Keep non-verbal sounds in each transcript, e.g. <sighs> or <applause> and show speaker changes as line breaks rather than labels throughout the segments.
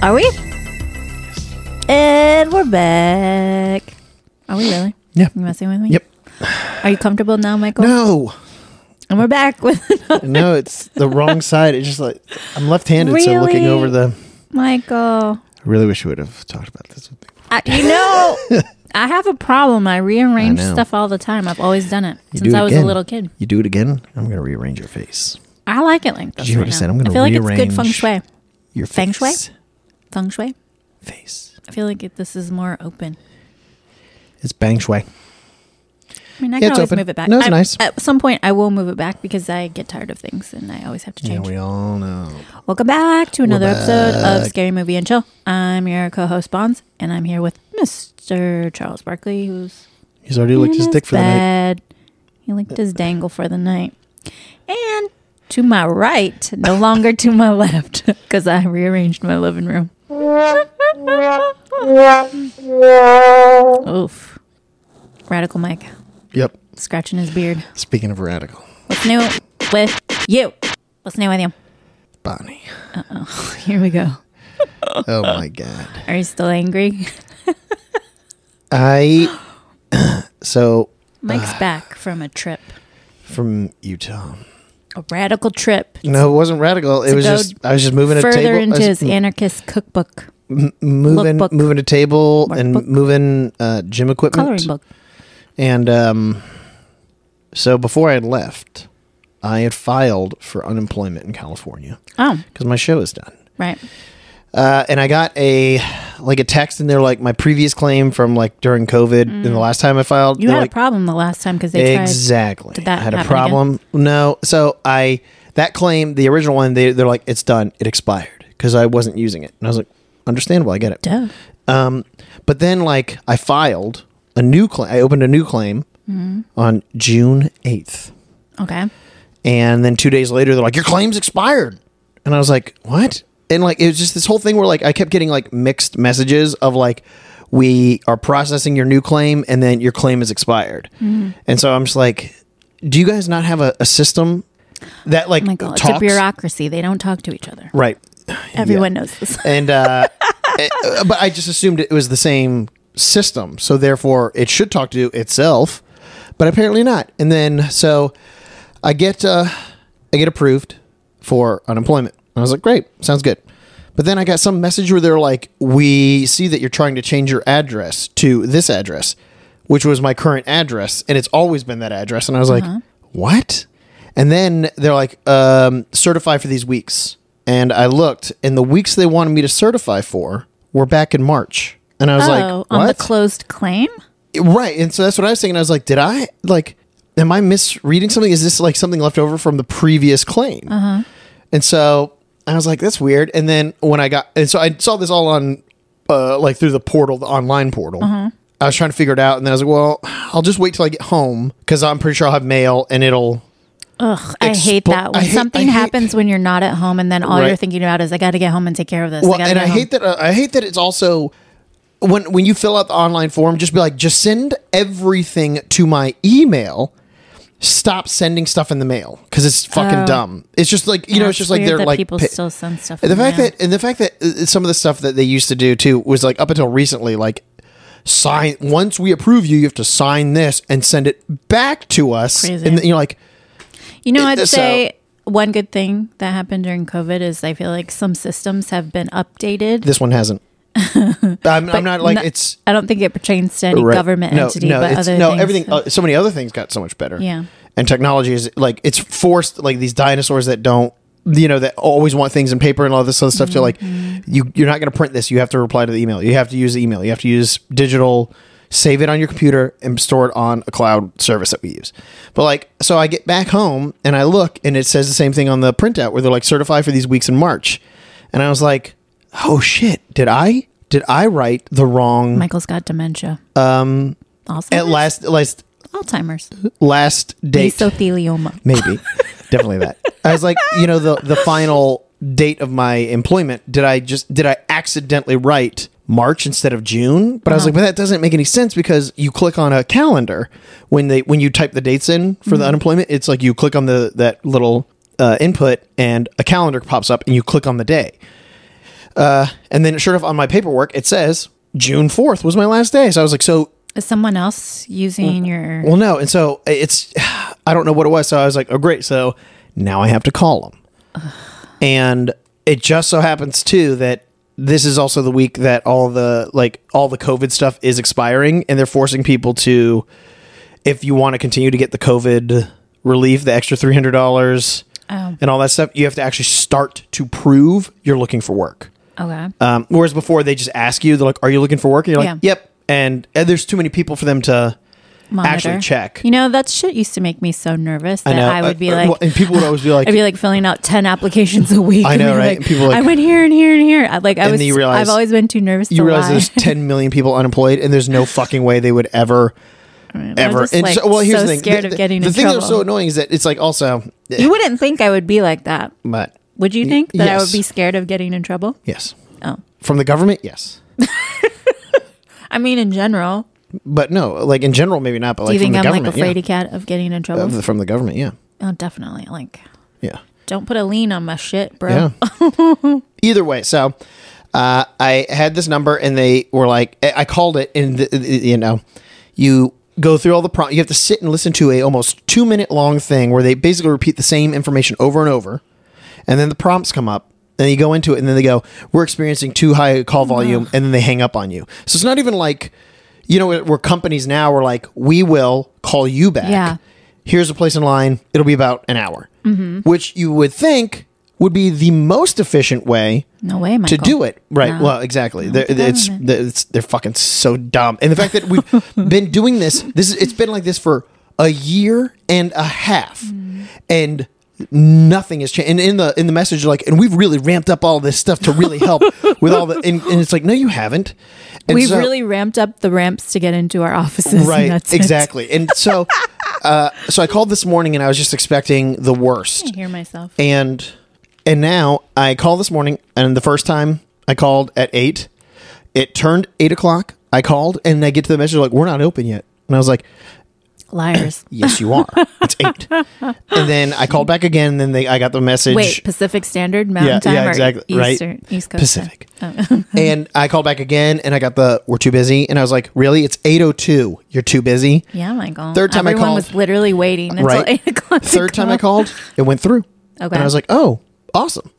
Are we? And we're back. Are we really?
Yeah.
You messing with me?
Yep.
Are you comfortable now, Michael?
No,
And we're back with <laughs>
no, it's the wrong side. It's just like I'm left-handed, so looking
Really?
over the.
Michael.
I really wish we would have talked about this. with me.
I,
<laughs>
you know, I have a problem. I rearrange
I know.
stuff all the time. I've always done it
You
since
do it
I was
again.
a little kid.
You do it again. I'm gonna rearrange your face.
I like it like this.
you hear
right
what I
now.
said? I'm gonna
I feel like it's good feng shui.
rearrange- Your
Feng shui?
face.
Feng shui.
Face.
I feel like it, this is more open.
It's bang shui.
I mean, I
Yeah,
can
it's
always
open.
move it back.
No, it's
I-
nice.
At some point, I will move it back because I get tired of things and I always have to
Yeah,
change.
we all know.
Welcome back to another episode of
back.
Scary Movie and Chill. I'm your co-host Bonds, and I'm here with Mr. Charles Barkley, who's
He's already licked
in
his
his
dick for the night.
bed. He licked his dangle for the night. And to my right, no longer to my <laughs> left, because I rearranged my living room. Oof! Radical Mike
Yep.
scratching his beard.
Speaking of radical,
What's new with you? What's new with you?
Bonnie.
<laughs> Here we go.
Oh
<gasps>
my god.
Are you still angry?
I. <clears throat> so
Mike's back from a trip,
from Utah.
a radical trip.
No, it wasn't radical. It
To
was
go
just I was just moving a
Further
table. I
into
was
his anarchist cookbook,
m- moving
lookbook.
moving a table and
Workbook.
moving uh, gym equipment.
coloring book.
And um, so before I had left, I had filed for unemployment in California
Oh,
because my show is done.
right.
Uh, and I got a like a text in there like my previous claim from like during COVID and the last time I filed.
Mm. You
they're
had
like,
a problem the last time because they
exactly.
Did that
I had a
happen again?
problem. No, so I that claim, the original one, they they're like it's done, it expired because I wasn't using it, and I was like, understandable, I get it.
tried. Duh.
Um, but then like I filed a new claim, I opened a new claim
Mm-hmm.
on June eighth,
Okay.
and then two days later they're like your claim's expired, and I was like, what? And like it was just this whole thing where like I kept getting like mixed messages of like we are processing your new claim and then your claim is expired,
Mm-hmm.
and so I'm just like, do you guys not have a, a system that like
Oh my God. It's a
talks?
bureaucracy. They don't talk to each other.
right?
Everyone
Yeah.
knows this.
and uh, <laughs> it- uh, but I just assumed it was the same system, so therefore it should talk to itself, but apparently not. And then so I get uh, I get approved for unemployment. And I was like, great, sounds good. But then I got some message where they're like, we see that you're trying to change your address to this address, which was my current address, and it's always been that address. And I was like, what? And then they're like, um, certify for these weeks. And I looked, and the weeks they wanted me to certify for were back in March. And I was
oh,
like,
on the
what?
closed claim?
Right. And so that's what I was thinking. I was like, did I like am I misreading something? Is this like something left over from the previous claim? Uh-huh. And so I was like, that's weird. And then when I got and so I saw this all on uh like through the portal, the online portal.
Uh-huh.
I was trying to figure it out and then I was like, well, I'll just wait till I get home cuz I'm pretty sure I'll have mail and it'll
Ugh, I
Expo-
hate that. When
I hate-
something
I hate-
happens when you're not at home and then all you're
Right.
thinking about is, I got to get home and take care of this. I
well,
gotta
and
get
I
home."
hate that uh, I hate that it's also when when you fill out the online form just be like just send everything to my email stop sending stuff in the mail because it's fucking
Oh.
dumb. It's just like you know,
Yeah,
it's just like
weird
they're
that
like
people
pi-
still send stuff.
And
in
the fact
mail.
that and the fact that uh, some of the stuff that they used to do too was like up until recently like sign once we approve you you have to sign this and send it back to us
Crazy.
and then you're like
You know, I'd
So-
say one good thing that happened during COVID is I feel like some systems have been updated.
this one
<laughs>
hasn't. I'm, I'm not like
no-
it's
I don't think it pertains to any
Right.
government
no,
entity,
no,
but
it's-
other
no,
things.
everything. Uh, so many other things got so much better.
Yeah.
and technology is like it's forced like these dinosaurs that don't you know that always want things in paper and all this other stuff to like
Mm-hmm.
you you're not going to print this. You have to reply to the email. You have to use the email. You have to use digital. Save it on your computer and store it on a cloud service that we use. But like, so I get back home and I look and it says the same thing on the printout where they're like certify for these weeks in March, and I was like, oh shit, did I did I write the wrong
Michael's got dementia. Um,
at last last
Alzheimer's,
last date
mesothelioma.
maybe definitely that i was like you know the the final date of my employment did i just did i accidentally write march instead of june but i was like but that doesn't make any sense because you click on a calendar when they when you type the dates in for the unemployment it's like you click on the that little uh, input and a calendar pops up and you click on the day Uh, and then, sure enough, on my paperwork, it says June 4th was my last day. So I was like, so,
Is someone else using your?
well, no. And so eh, it's, <sighs> I don't know what it was. So I was like, oh, great. So now I have to call them. <sighs> and it just so happens, too, that this is also the week that all the like all the covid stuff is expiring and they're forcing people to if you want to continue to get the covid relief the extra $300
Oh,
and all that stuff, you have to actually start to prove you're looking for work.
okay.
Um, whereas before, they just ask you, they're like, "Are you looking for work?" And you're like,
Yeah.
"Yep." And, and there's too many people for them to.
Monitor.
actually check.
You know that shit used to make me so nervous that I,
know,
would
uh,
be
uh,
like,
well, and people would always be like-
I'd be like filling out ten applications a <laughs> week.
I
and
know,
be
right?
Like,
And people are like-
I went here and here and here. I, like I
And
was,
then you realize-
I've always been too nervous.
You
to
realize
lie.
there's 10 million people unemployed, and
<laughs>
there's no fucking way they would ever,
I'm
ever.
just,
and
like,
so- well, here's
so
the thing:
Scared
the,
of getting
the
in
thing
trouble.
that's so annoying is that it's like also, eh,
you wouldn't think I would be like that.
but
Would you think that I
yes.
would be scared of getting in trouble?
yes,
Oh,
from the government, yes,
I mean, in general,
but no, like in general, maybe not, but
do
like
you
from
think
the
I'm like a
government,
fraidy cat of getting in
yeah,
trouble?
Of the- from the government, yeah,
oh, definitely. Like,
yeah.
don't put a lien on my shit, bro.
Yeah. <laughs> Either way, so uh, I had this number, and they were like, I I called it, and th- th- you know, you go through all the prompt. You have to sit and listen to a almost two minute long thing where they basically repeat the same information over and over, and then the prompts come up. And you go into it, and then they go, "We're experiencing too high a call volume," and then they hang up on you. So it's not even like, you know, where where companies now are like, "We will call you back."
Yeah.
here's a place in line. It'll be about an hour, mm-hmm. which you would think would be the most efficient way
No way,
to
Michael.
do it. Right.
No.
Well, exactly. They're,
the
it's,
government.
they're, it's they're fucking so dumb. And the fact that
<laughs>
we've been doing this, this is, it's been like this for a year and a half,
Mm.
and nothing has changed. And in the in the message, like, and we've really ramped up all this stuff to really
<laughs>
help with all the. And, and it's like, no, you haven't. And
We've
so-
really ramped up the ramps to get into our offices. and
right
that's it.
exactly and so uh, so i called this morning and i was just expecting the worst
I hear myself.
and and now i call this morning and the first time i called at eight it turned eight o'clock i called and i get to the message like we're not open yet and i was like
Liars.
yes you are it's eight and then i called back again and then they i got the message
Wait, Pacific Standard Mountain
Yeah,
Time
yeah,
or
exactly, right.
Eastern East Coast time?
Pacific. and I called back again and I got the we're too busy and I was like, "Really? It's 802. You're too busy."
Yeah, Michael.
Third time I
Everyone
called.
was literally waiting until
Right.
eight <laughs> o'clock. to
Third time I
call.
called, it went through.
Okay.
And I was like, oh, awesome.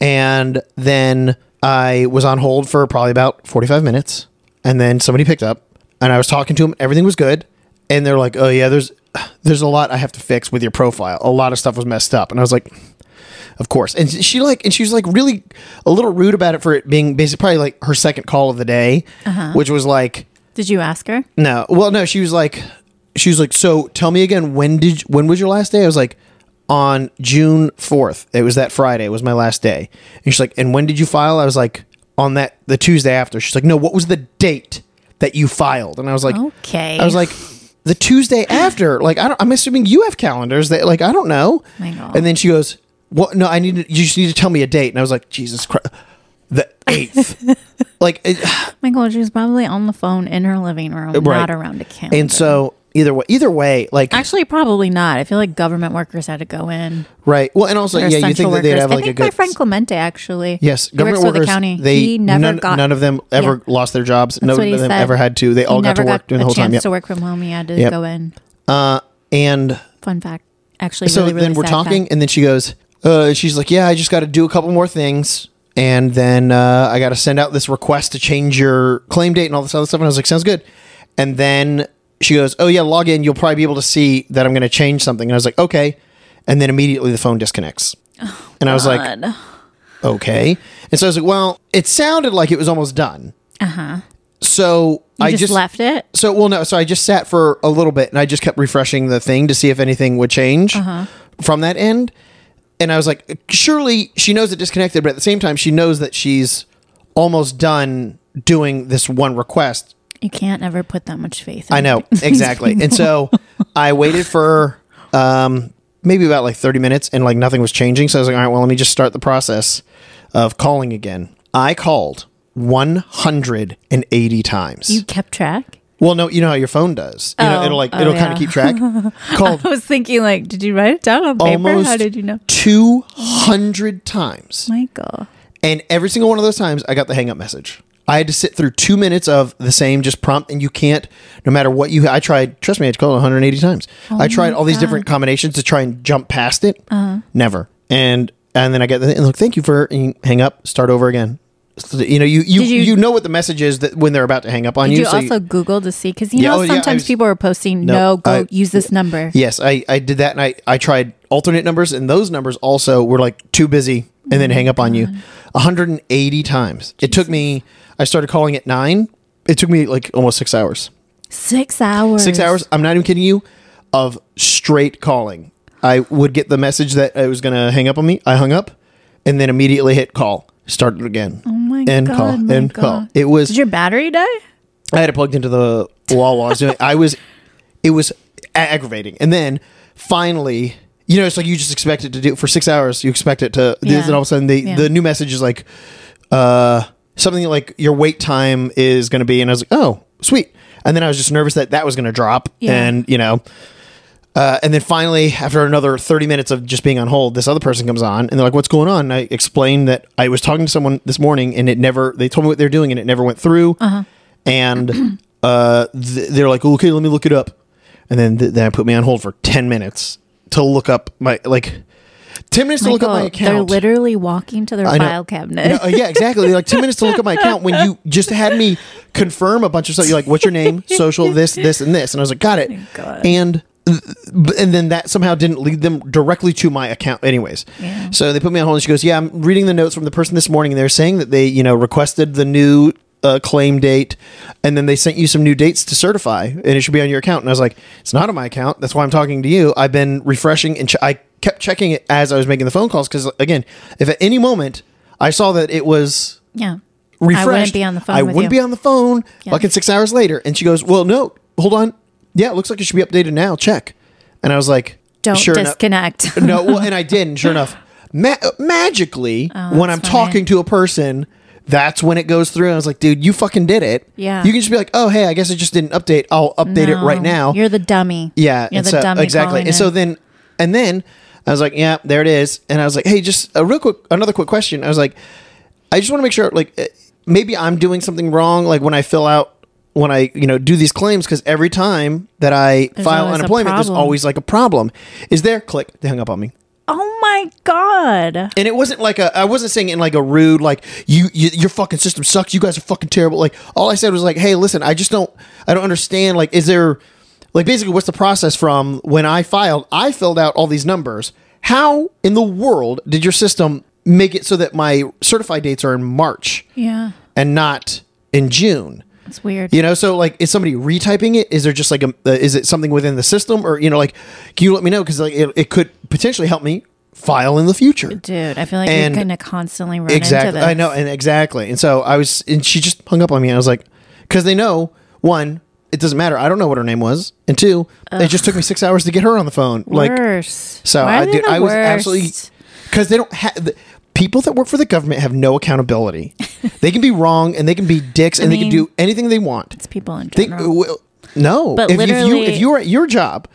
And then I was on hold for probably about 45 minutes. And then somebody picked up and I was talking to him. Everything was good. And they're like, oh, yeah, there's there's a lot I have to fix with your profile. A lot of stuff was messed up. And I was like, of course. And she like, and she was like really a little rude about it for it being basically probably like her second call of the day,
Uh-huh.
which was like,
Did you ask her?
no. Well, no, she was like she was like, "So, tell me again, when did when was your last day?" I was like, "On June 4th. It was that Friday. It was my last day." And she's like, "And when did you file?" I was like, "On that the Tuesday after." She's like, "No, what was the date that you filed?" And I was like,
Okay.
I was like, the Tuesday after. Like, I don't, I'm assuming you have calendars that, like, I don't know.
My God.
And then she goes, "What? No, I need. To, you just need to tell me a date." And I was like, "Jesus Christ, the
<laughs>
eighth. like, it,
Michael, she was probably on the phone in her living room,
Right.
not around a camera.
and so either way, either way, like,
Actually, probably not. I feel like government workers had to go in.
Right. Well, and also,
Or
yeah, you think
essential
that they'd
workers.
have like
I think
a
my
good
friend Clemente actually.
yes,
he works
government
for
workers.
the county.
They
he never
none,
got
none of them ever
Yeah.
lost their jobs.
That's
None
what
of
he
them
said.
ever had to. They all
He
got to
never
work during the
a
whole time.
chance
Yeah.
to work from home. He had to
Yep.
go in.
Uh, and
Fun fact. Actually,
so
really, really
then we're
sad
talking,
fact.
and then she goes, uh, she's like, "Yeah, I just got to do a couple more things." And then uh, I got to send out this request to change your claim date and all this other stuff. And I was like, sounds good. And then she goes, oh, yeah, log in. You'll probably be able to see that I'm going to change something. And I was like, okay. And then immediately the phone disconnects.
Oh,
and I was like,
God.
okay. And so I was like, well, it sounded like it was almost done. Uh huh. So
Uh-huh. You
I
just,
just,
left it.
So well, no. So I just sat for a little bit, and I just kept refreshing the thing to see if anything would change
Uh-huh.
from that end. And I was like, surely she knows it disconnected, but at the same time, she knows that she's almost done doing this one request.
You can't ever put that much faith. in
I
<laughs>
know exactly. and so I waited for um, maybe about like 30 minutes and like nothing was changing. So I was like, all right, well, let me just start the process of calling again. I called 180 times.
You kept track. <laughs>
well, no, you know how your phone does. You know,
Oh.
it'll like,
Oh,
it'll kind
yeah.
of keep
<laughs>
track. called
I was thinking, like, did you write it down on paper?
almost
How did you know,
200 times.
Michael?
And every single one of those times, I got the hang up message. I had to sit through two minutes of the same just prompt, and you can't, no matter what you. I tried, trust me, I called it 180 times.
Oh
I tried all these different combinations to try and jump past it.
Uh-huh.
Never. And and then I get the and look, thank you for and you hang up, start over again. So, you know, you you,
Did
you
you-
know what the message is that when they're about to hang up on
Did
you.
you
so
also Google to see? Because you
Yeah,
know
oh, yeah, I
sometimes
was-
people are posting,
No,
no, go
I-
use this number.
Yes, I, I did that, and I, I tried alternate numbers, and those numbers also were like too busy, and then hang up on
Mm.
you, 180 times. It took me. I started calling at nine. It took me like almost six hours.
Six hours.
Six hours. I'm not even kidding you. Of straight calling, I would get the message that it was gonna hang up on me. I hung up, and then immediately hit call. Started again. Oh
my
and
God,
Call,
my
and call.
God.
It was.
Did your battery die?
I had it plugged into the wall while I was doing it. I was, it was aggravating. And then finally, you know, it's like you just expect it to do it for six hours. You expect it to,
Yeah.
then all of a sudden the,
Yeah.
the new message is like, uh, something like your wait time is going to be. And I was like, oh, sweet. And then I was just nervous that that was going to drop.
Yeah.
And, you know, uh, and then finally, after another 30 minutes of just being on hold, this other person comes on and they're like, What's going on? And I explained that I was talking to someone this morning and it never, they told me what they're doing and it never went through.
Uh-huh. <clears throat>
And uh, th- they're like, Okay, let me look it up. And then, th- then I put me on hold for 10 minutes to look up my, like, 10 minutes to look up my
Michael, They're
account.
literally walking to their
I know.
file cabinet.
No, uh, yeah, exactly. Like 10 minutes to look up my account when you just had me confirm a bunch of stuff. You're like, what's your name, social, this, this, and this. And I was like, got
<laughs>
it.
Oh God.
And b- and then that somehow didn't lead them directly to my account anyways
Yeah.
so they put me on hold and she goes yeah i'm reading the notes from the person this morning and they're saying that they you know requested the new uh, claim date and then they sent you some new dates to certify and it should be on your account and i was like it's not on my account that's why i'm talking to you i've been refreshing and ch- i kept checking it as i was making the phone calls because again if at any moment i saw that it was
<laughs> Yeah.
refreshed.
I wouldn't be on the phone.
I
with
wouldn't
you.
be on the phone
Yeah.
fucking six hours later. And she goes, Well, no, hold on. Yeah, it looks like it should be updated now. Check. And I was like,
Don't
sure enough- <laughs>
disconnect.
no, well, and I did.
<laughs>
And sure enough, ma- magically, when I'm
Oh, that's funny.
talking to a person, that's when it goes through. And I was like, Dude, you fucking did it.
Yeah.
You can just be like, Oh, hey, I guess it just didn't update. I'll update it right now.
No, You're the dummy.
Yeah,
You're
and
the
so-
dummy.
exactly.
calling
And so
in.
then, and then I was like, yeah, there it is. And I was like, hey, just a real quick, another quick question. I was like, I just want to make sure, like, eh, maybe I'm doing something wrong, like when I fill out, when I, you know, do these claims, because every time that I file
always a
unemployment, there's
problem.
always like a problem. Is there? Click. They hung up on me.
oh my god.
And it wasn't like a. I wasn't saying it in like a rude like you, you your fucking system sucks. You guys are fucking terrible. Like all I said was like, hey, listen, I just don't. I don't understand. Like, is there like basically what's the process from when I filed? I filled out all these numbers. How in the world did your system make it so that my certified dates are in March
Yeah.
and not in June?
It's weird.
You know, so like, is somebody retyping it? Is there just like a, uh, is it something within the system, or you know, like, can you let me know because like it, it could potentially help me file in the future.
Dude, I feel like
And-
you're gonna constantly run into
Exactly.
this.
I know, and exactly. And so I was, and she just hung up on me. And I was like, because they know one, it doesn't matter. I don't know what her name was, and two, it just took me six hours to get her on the phone. Like,
worse.
so
Why are
I,
they
dude,
the
I was
worst?
absolutely because they don't have people that work for the government have no
<laughs>
accountability. they can be wrong, and they can be dicks, and they can
mean,
do anything they want.
It's people in
They,
general.
well, no,
But
if, if you
literally-
if you were at your job,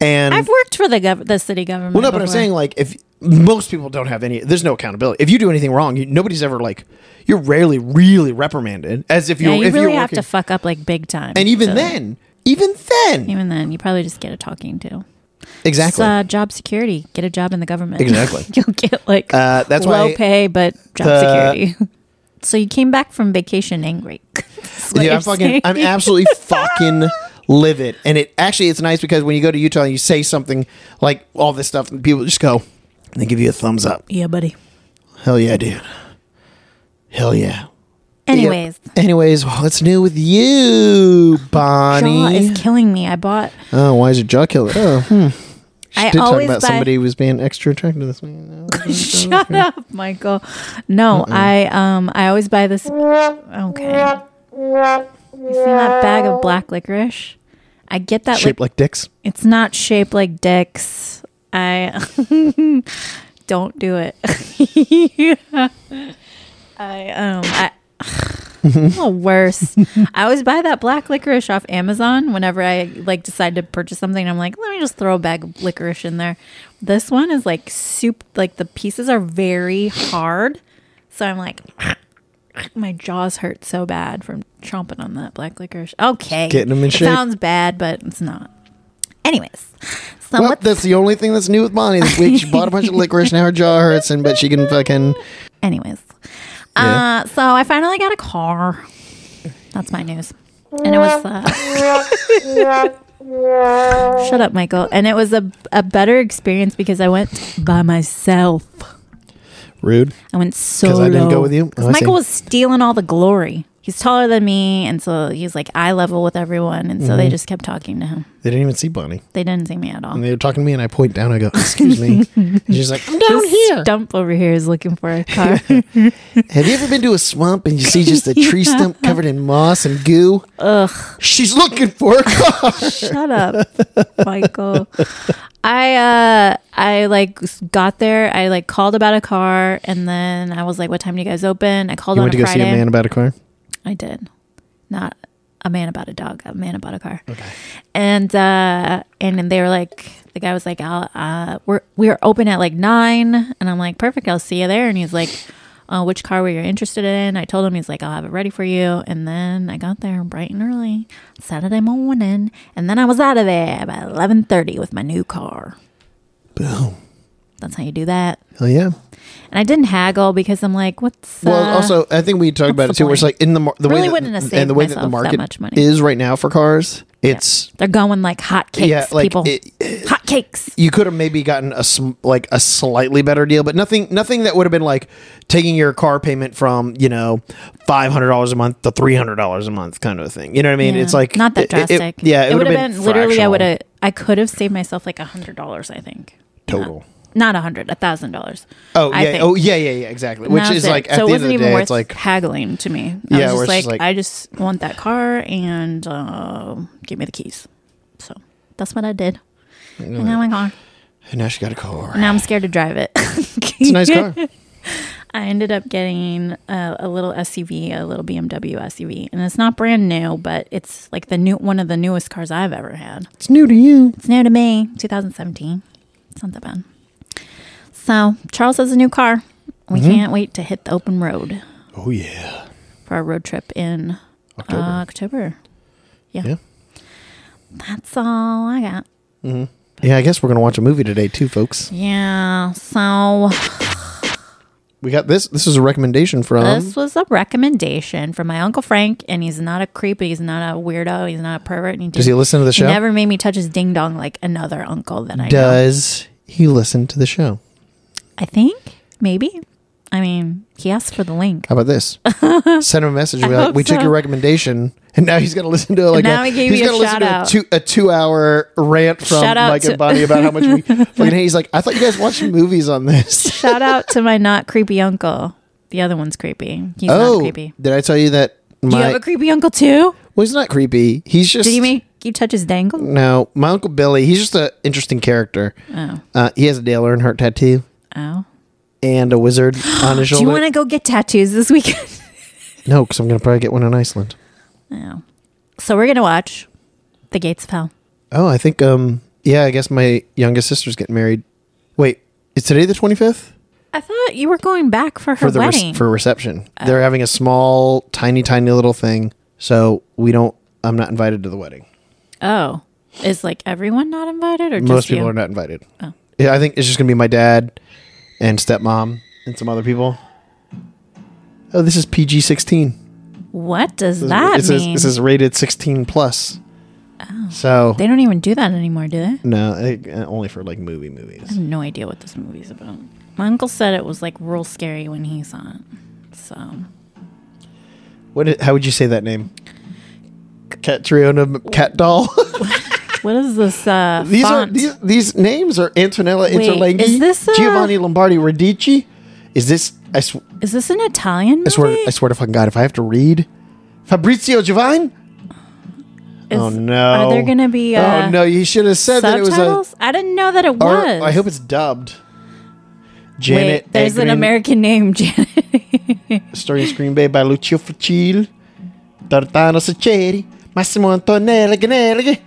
and
I've worked for the gov- the city government.
well, no, but I'm
before.
saying like if most people don't have any, there's no accountability. If you do anything wrong, you, nobody's ever like, you're rarely really reprimanded. As if
yeah,
you're,
you
if you're
really have
working,
to fuck up like big time.
and even
So,
then, even then,
even then, you probably just get a talking to. It's
exactly.
uh, job security. Get a job in the government.
Exactly.
<laughs> You'll get like
Uh, that's <laughs>
low
why-
pay, but job
The-
security. <laughs> so you came back from vacation angry. <laughs> That's what
Dude,
you're
I'm fucking, I'm
saying. <laughs>
absolutely fucking livid. And it actually, it's nice because when you go to Utah and you say something like all this stuff, and people just go, and they give you a thumbs up.
yeah, buddy.
Hell yeah, dude. Hell yeah.
Anyways,
Yep. Anyways, what's new with you,
Shaw
Bonnie?
is killing me. I bought.
Oh, why is it jaw killer? Oh, hmm. She
I
did talk
always
about
buy-
somebody who was being extra attracted to this man.
Shut up, Michael. No, I um I always buy this. Okay. You seen that bag of black licorice? I get that.
Shaped
Like,
like dicks.
it's not shaped like dicks. I <laughs> don't do it. <laughs> I um I. <sighs> I'm the worst. I always buy that black licorice off Amazon whenever I like decide to purchase something. I'm like, let me just throw a bag of licorice in there. This one is like soup. Like the pieces are very hard, So I'm like, <sniffs> my jaws hurt so bad from chomping on that black licorice. Okay,
Getting 'em in
It
shape.
sounds bad, but it's not. Anyways, so
Well,
let's-
that's the only thing that's new with Bonnie this week. She bought a <laughs> bunch of licorice, now her jaw hurts, and but she can fucking.
anyways,
Yeah.
uh, so I finally got a car. That's my news, and it was. Uh, <laughs> shut up, Michael. And it was a a better experience because I went by myself.
Rude.
I went solo.
'Cause I didn't go with you?
'Cause
Oh, I see.
Michael was stealing all the glory. He's taller than me, and so he's like eye level with everyone, and so
Mm-hmm.
they just kept talking to him.
They didn't even see Bonnie.
They didn't see me at all.
And they were talking to me, and I point down. I go, "Excuse me." and she's like, "I'm down
This
here."
Stump over here is looking for a
<laughs>
car.
Have you ever been to a swamp and you see just a <laughs> tree stump covered in moss and goo? Ugh. She's looking for a car.
Shut up, <laughs> Michael. I uh I like s- got there. I like called about a car, and then I was like, "What time do you guys open?" I called on a Friday.
about a car?
I did. Not a man about a dog, a man about a car. Okay. And uh and then they were like the guy was like, I'll uh we're we're open at like nine and I'm like, Perfect, I'll see you there and he's like, uh, which car were you interested in? I told him he's like, I'll have it ready for you and then I got there bright and early, Saturday morning, and then I was out of there by eleven thirty with my new car.
Boom.
That's how you do that.
Hell yeah.
And I didn't haggle because I'm like, what's
Well,
uh,
also, I think we talked about it
what's
too.
the
Where it's
point?
like in the mar- the
Really
way that,
wouldn't have saved
and the way that the
myself that
market
much money.
is right now for cars, it's
they're going like hot cakes,
yeah, like
people.
it-
hot cakes.
you could have maybe gotten a sm- like a slightly better deal, but nothing nothing that would have been like taking your car payment from you know five hundred dollars a month to three hundred dollars a month kind of thing. You know what I mean?
Yeah.
It's like
not that
it- it- it-
drastic.
yeah, it, would have been,
literally. I
fractional
would have. I could have saved myself like a hundred dollars. I think
total.
not a hundred, a thousand dollars.
Oh
I
yeah,
think.
oh yeah, yeah, yeah, exactly.
And
Which
that was
is
it.
like at
so
the end of
it wasn't
the
even
day,
worth
it's like
haggling to me. I
Yeah, where
was just
it's
like,
just like-
I just want that car and uh, give me the keys. So that's what I did. And <laughs> now my car.
and now she got a
<laughs>
car.
Now I'm scared to drive it.
It's a nice car.
I ended up getting a, a little SUV, a little BMW SUV, and it's not brand new, but it's like the new one of the newest cars I've ever had.
It's new to you.
It's new to me. 2017. It's not that bad. So Charles has a new car. We
Mm-hmm.
can't wait to hit the open road
Oh yeah,
for our road trip in
October.
October. Uh, October. Yeah.
Yeah.
That's all I got.
yeah. I guess we're gonna watch a movie today too, folks.
Yeah. So
We got this. This is a recommendation from.
this was a recommendation from my uncle Frank, and he's not a creep. He's not a weirdo. He's not a pervert. and he
Does he
didn't-
listen to the
he
show?
never made me touch his ding dong like another uncle that I know.
Does he listen to the show?
I think maybe. I mean, he asked for the link.
How about
<laughs>
this? Send him a message. and be
I
like,
hope
we took
so.
your recommendation, and now he's going to listen to like
now
a,
he gave
he's
you a
gonna listen to
shout-out.
a two a two hour rant from
Shout out
Mike
to-
and Bonnie about how
<laughs>
much we fucking hate. He's like, I thought you guys watched movies on this.
Shout out to my not creepy uncle. The other one's creepy. He's
oh,
not creepy.
did I tell you that
Do you
my
have a creepy uncle too?
well, he's not creepy. He's just
Did he make you touch his dangle?
no. My uncle Billy. He's just an interesting character.
Oh,
Uh, he has a Dale Earnhardt tattoo
oh.
and a
<gasps>
wizard on his
Do you
shoulder.
want to go get tattoos this weekend? <laughs>
no, because I'm going to probably get one in Iceland.
oh. So we're gonna watch The Gates of Hell.
Oh, I think um yeah, I guess my youngest sister's getting married. Wait, is today the twenty fifth
I thought you were going back for her
for the rec-
wedding. Oh.
for reception? They're having a small, tiny, tiny little thing, so we don't. I'm not invited to the wedding.
oh, is like everyone not invited or
Most
just
people
you? Oh.
are not invited. Yeah, I think it's just gonna be my dad and stepmom and some other people. Oh, this is PG sixteen.
What does
This
that
is- this
mean?
is this is rated sixteen plus. Oh, so
they don't even do that anymore, do they?
no, I- uh, only for like movie movies.
no idea what this movie's about. My uncle said it was like real scary when he saw it. So
What? i- How would you say that name? Cat Triona Cat Doll. <laughs>
what is this uh
These
font?
are these, these names are Antonella
Wait,
Interlenghi,
is this, uh,
Giovanni Lombardi Radici. Is this? I, sw-
is this an Italian movie?
I swear, I swear to fucking God, if I have to read Fabrizio Giovanni.
Is-
oh no!
Are there gonna be uh,
oh no! You should have said that it was a.
subtitles? I didn't know that it
Or,
was.
I hope it's dubbed. Janet.
Wait, there's an
Agrin,
American name, <laughs> Janet.
Story of Screen Bay by Lucio Fucil, Tartano Saccheri, Massimo Antonelli Ganelli,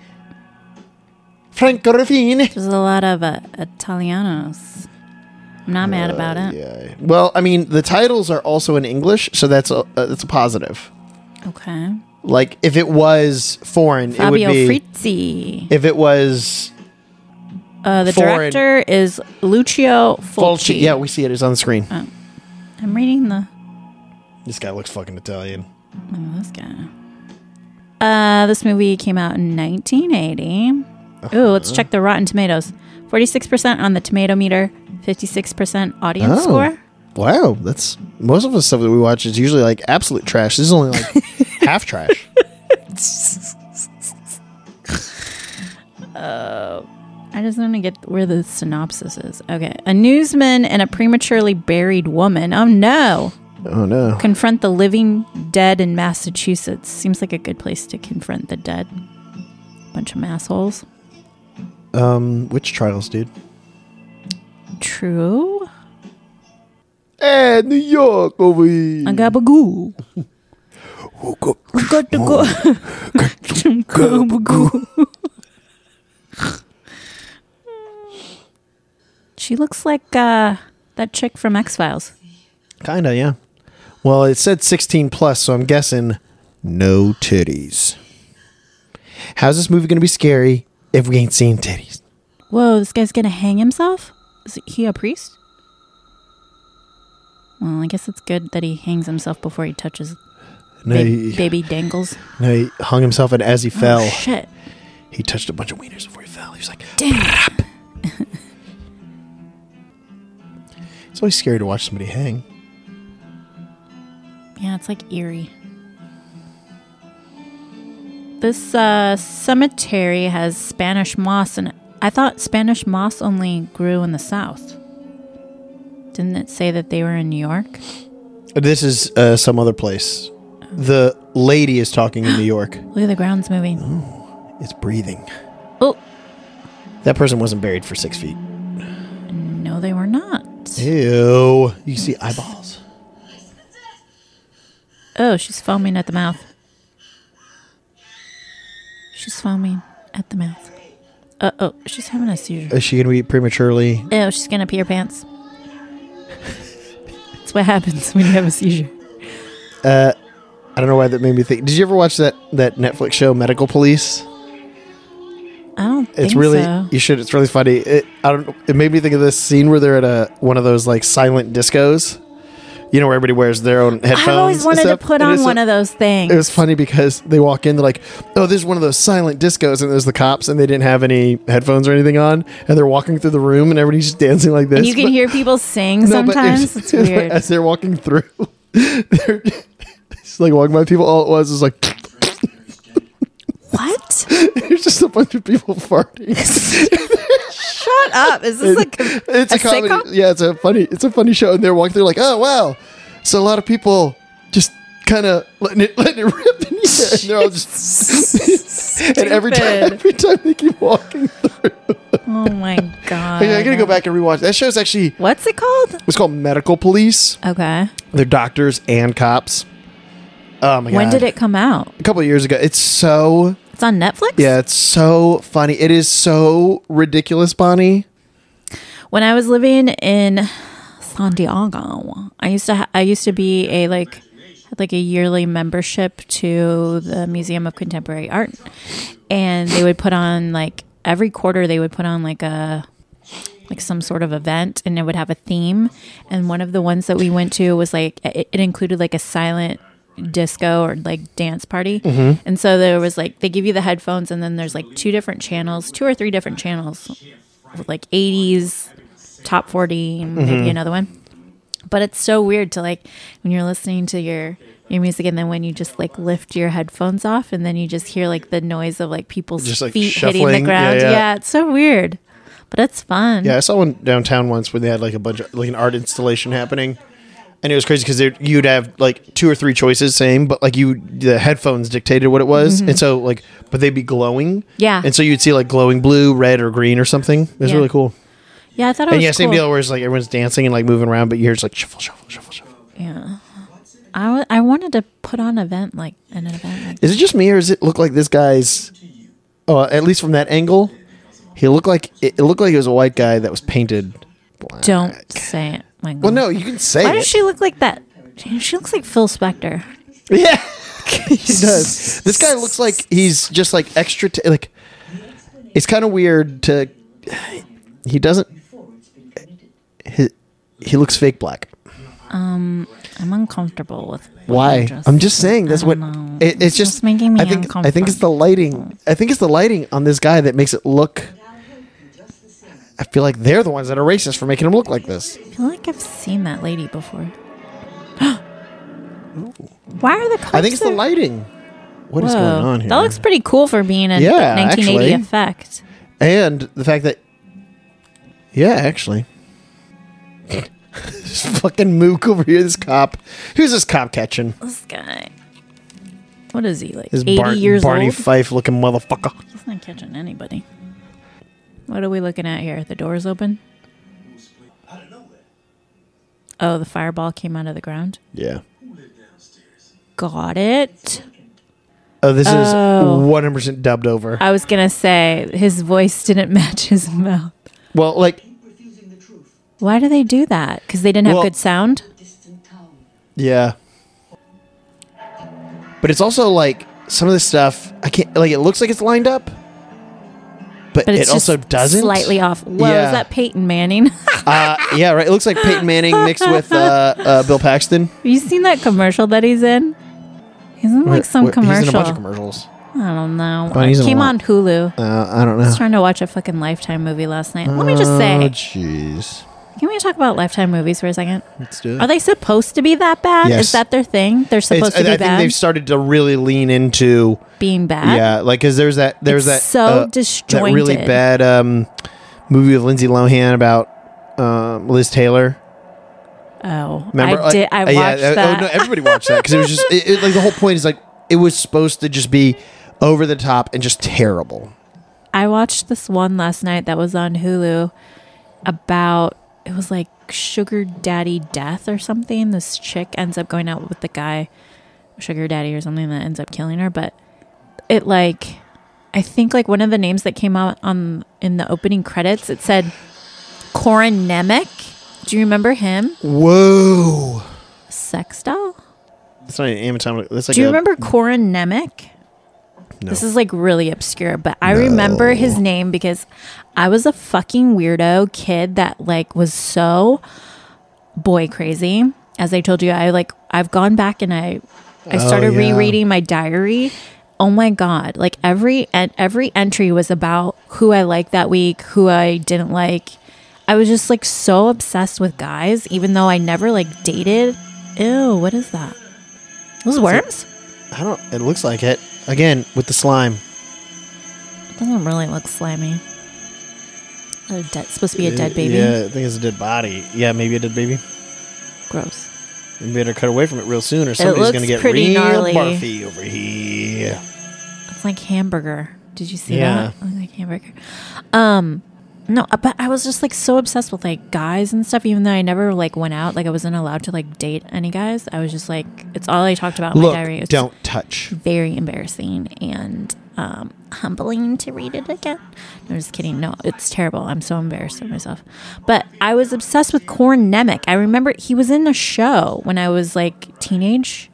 Franco Ruffini.
There's a lot of uh, Italianos. I'm not mad about it.
Yeah. Well, I mean, the titles are also in English, so that's a uh, that's a positive.
Okay.
Like if it was foreign, it
Fabio
would be.
Frizzi.
If it was
Uh, the
foreign-
director is Lucio Fulci.
Fulci, yeah, we see it. It's on the screen.
I'm reading the
This guy looks fucking Italian.
oh, this guy. Uh, this movie came out in 1980. Ooh, let's check the Rotten Tomatoes. 46% on the tomato meter, 56% audience
Oh.
score.
Wow, that's most of the stuff that we watch is usually like absolute trash. This is only like half trash.
I just want to get where the synopsis is. Okay. A newsman and a prematurely buried woman. Oh, no.
Oh no.
Confront the living dead in Massachusetts. Seems like a good place to confront the dead. Bunch of assholes.
Um, witch trials, dude.
True.
Hey, Eh, New York over here.
A gabagoo. Got to <laughs> go. Gabagoo. <laughs> She looks like uh, that chick from X Files.
Kinda, yeah. Well, it said 16 plus, so I'm guessing no titties. How's this movie gonna be scary if we ain't seeing titties?
Whoa, this guy's gonna hang himself? Is he a priest? Well, I guess it's good that he hangs himself before he touches
No,
ba-
he,
baby dangles.
no, he hung himself, and as he fell,
Oh, shit.
he touched a bunch of wieners before he fell. He was like,
Damn.
it's always scary to watch somebody hang.
Yeah, it's like eerie. This uh, cemetery has Spanish moss in it. I thought Spanish moss only grew in the South. Didn't it say that they were in New York?
This is uh, some other place. The lady is talking in New York.
Look at the ground's moving.
It's breathing.
Oh,
That person wasn't buried for six feet.
no, they were not.
Ew. You see eyeballs.
Oh, she's foaming at the mouth. She's foaming at the mouth. Uh oh, she's having a seizure.
Is she gonna be prematurely?
Oh, she's gonna pee her pants. <laughs> That's what happens when you have a seizure.
I don't know why that made me think. Did you ever watch that that Netflix show Medical Police?
I don't.
It's
think
really
so.
you should. It's really funny. It I don't. It made me think of this scene where they're at a one of those like silent discos. You know where everybody wears their own headphones.
I've always wanted to put on one
of.
of those things.
It was funny because they walk in, they're like, "Oh, this is one of those silent discos," and there's the cops, and they didn't have any headphones or anything on, and they're walking through the room, and everybody's just dancing like this.
and you can
but-
hear people sing
<laughs> No, but
sometimes.
it's- <laughs>
it's weird.
as they're walking through. They're just like walking by people. All it was was like <laughs>
what?
there's just a bunch of people farting. <laughs>
Shut up! Is this like
It's a,
A
comedy.
sitcom?
Yeah, it's a funny. It's a funny show, and they're walking through like, "Oh wow," so a lot of people just kind of letting it <laughs> letting it rip. And, yeah, and they're all just. <laughs> <laughs> and every time,
Stupid.
every time they keep walking through.
Oh my
<laughs>
god!
Okay, I gotta go back and rewatch. That show's actually
What's it called?
it's called Medical Police.
Okay.
They're doctors and cops. Oh my god!
When did it come out?
A couple of years ago. It's so
It's on Netflix.
yeah, it's so funny. It is so ridiculous, Bonnie.
When I was living in San Diego, I used to ha- I used to be a like had like a yearly membership to the Museum of Contemporary Art, and they would put on like every quarter they would put on like a like some sort of event and it would have a theme and one of the ones that we went to was like it, it included like a silent disco or like dance party
Mm-hmm.
and so there was like they give you the headphones and then there's like two different channels two or three different channels with, like 80s top 40 and
Mm-hmm.
maybe another one but it's so weird to like when you're listening to your your music and then when you just like lift your headphones off and then you just hear like the noise of like people's
Just, like,
feet hitting the
shuffling. Yeah,
ground
yeah.
yeah it's so weird but it's fun
Yeah, I saw one downtown once when they had like a bunch of like an art installation happening, and it was crazy because you'd have like two or three choices, same, but like you the headphones dictated what it was, and so like but they'd be glowing,
Yeah.
and so you'd see like glowing blue, red, or green or something. It was
Yeah.
really cool.
Yeah, I thought it
And
was
yeah, same
cool.
deal where it's like everyone's dancing and like moving around, but you hear it's like shuffle, shuffle, shuffle, shuffle.
Yeah, I, w- I wanted to put on event like an event. Like,
Is it just me or does it look like this guy's? Oh, at least from that angle, he looked like it, it looked like it was a white guy that was painted black.
Don't say it. My God.
Well, no, you can say
Why
it.
does she look like that? She she looks like Phil Spector.
<laughs> yeah, <laughs> he does. This guy looks like he's just like extra. T- like it's kind of weird to. He doesn't. He, he looks fake black.
I'm uncomfortable with. what
Why?
you
I'm just saying. That's what
know.
it, it's just,
just making me
I think I think it's the
uncomfortable.
lighting. I think it's the lighting on this guy that makes it look. I feel like they're the ones that are racist for making him look like this.
I feel like I've seen that
<gasps>
lady before. Why are the? Cops
I think it's the
there?
lighting. What is
Whoa.
going on here?
That looks pretty cool for being a
Yeah,
1980
actually.
effect.
and the fact that, yeah, actually, <laughs> this fucking mook over here. This cop, who's this cop catching?
This guy. What is he like?
This
80
Bar-
years
Barney
old.
Fife looking motherfucker.
He's not catching anybody. What are we looking at here? The door's open. Oh, the fireball came out of the ground.
Yeah.
Got it.
Oh, this
Oh.
is one hundred percent dubbed over.
I was gonna say his voice didn't <laughs> match his mouth.
well, like,
Why do they do that? Because they didn't have
Well-
good sound.
yeah. But it's also like some of this stuff. I can't like. It looks like it's lined up, but,
But it's
it also
just
doesn't
slightly off. Whoa,
Yeah.
is that Peyton Manning? <laughs> have
Uh, yeah, right. It looks like Peyton Manning mixed with uh, uh, Bill Paxton.
you seen that commercial that he's in? He's in <laughs> like some
Wait, wait,
commercial.
He's in a bunch of commercials.
I don't know.
Oh, he's
It
in a
came
lot.
on Hulu. I
Uh, I don't know.
was trying to watch a fucking Lifetime movie last night. Let me just
Oh,
say,
jeez.
can we talk about Lifetime movies for a second?
Let's do it.
Are they supposed to be that bad?
Yes.
Is that their thing? They're
It's-
supposed to
I,
be
I think
bad.
they've started to really lean into
being bad.
yeah, like because there's that there's
It's
that uh,
so
that really
disjointed.
bad um, movie with Lindsay Lohan about um, Liz Taylor.
Oh,
Remember?
I did. I
Uh,
watched
uh,
that.
Oh, no, everybody watched that because it was just it, it- like the whole point is like it was supposed to just be over the top and just terrible.
I watched this one last night that was on Hulu about it was like sugar daddy death or something. This chick ends up going out with the guy, sugar daddy or something that ends up killing her. But it like, I think like one of the names that came out on in the opening credits, it said Corin Nemec. Do you remember him?
Whoa.
Sex doll.
That's not an anatomical. That's like
Do you
a-
remember Corin Nemec?
No.
This is like really obscure, but I remember his name because I was a fucking weirdo kid that like was so boy crazy. As I told you, I like I've gone back and I I started
Oh, yeah.
rereading my diary. Oh my god! Like every and every entry was about who I liked that week, who I didn't like. I was just like so obsessed with guys, even though I never like dated. Ew, what is that? Those worms?
I don't. It looks like it again with the slime.
Doesn't really look slimy. A dead, supposed to be a dead
Uh,
baby.
Yeah, I think it's a dead body. Yeah, maybe a dead baby.
Gross.
You better cut away from it real soon, or somebody's
looks
gonna get
pretty
real
gnarly.
barfy over here.
It's like hamburger. Did you see
Yeah.
that? It looked Like hamburger. Um, no, uh, but I was just like so obsessed with like guys and stuff. Even though I never like went out, like I wasn't allowed to like date any guys. I was just like, it's all I talked about in
Look,
my diary. It's
don't touch.
very embarrassing and um, humbling to read it again. No, just kidding. No, it's terrible. I'm so embarrassed of myself. But I was obsessed with Corn Nemec. I remember he was in a show when I was like teenage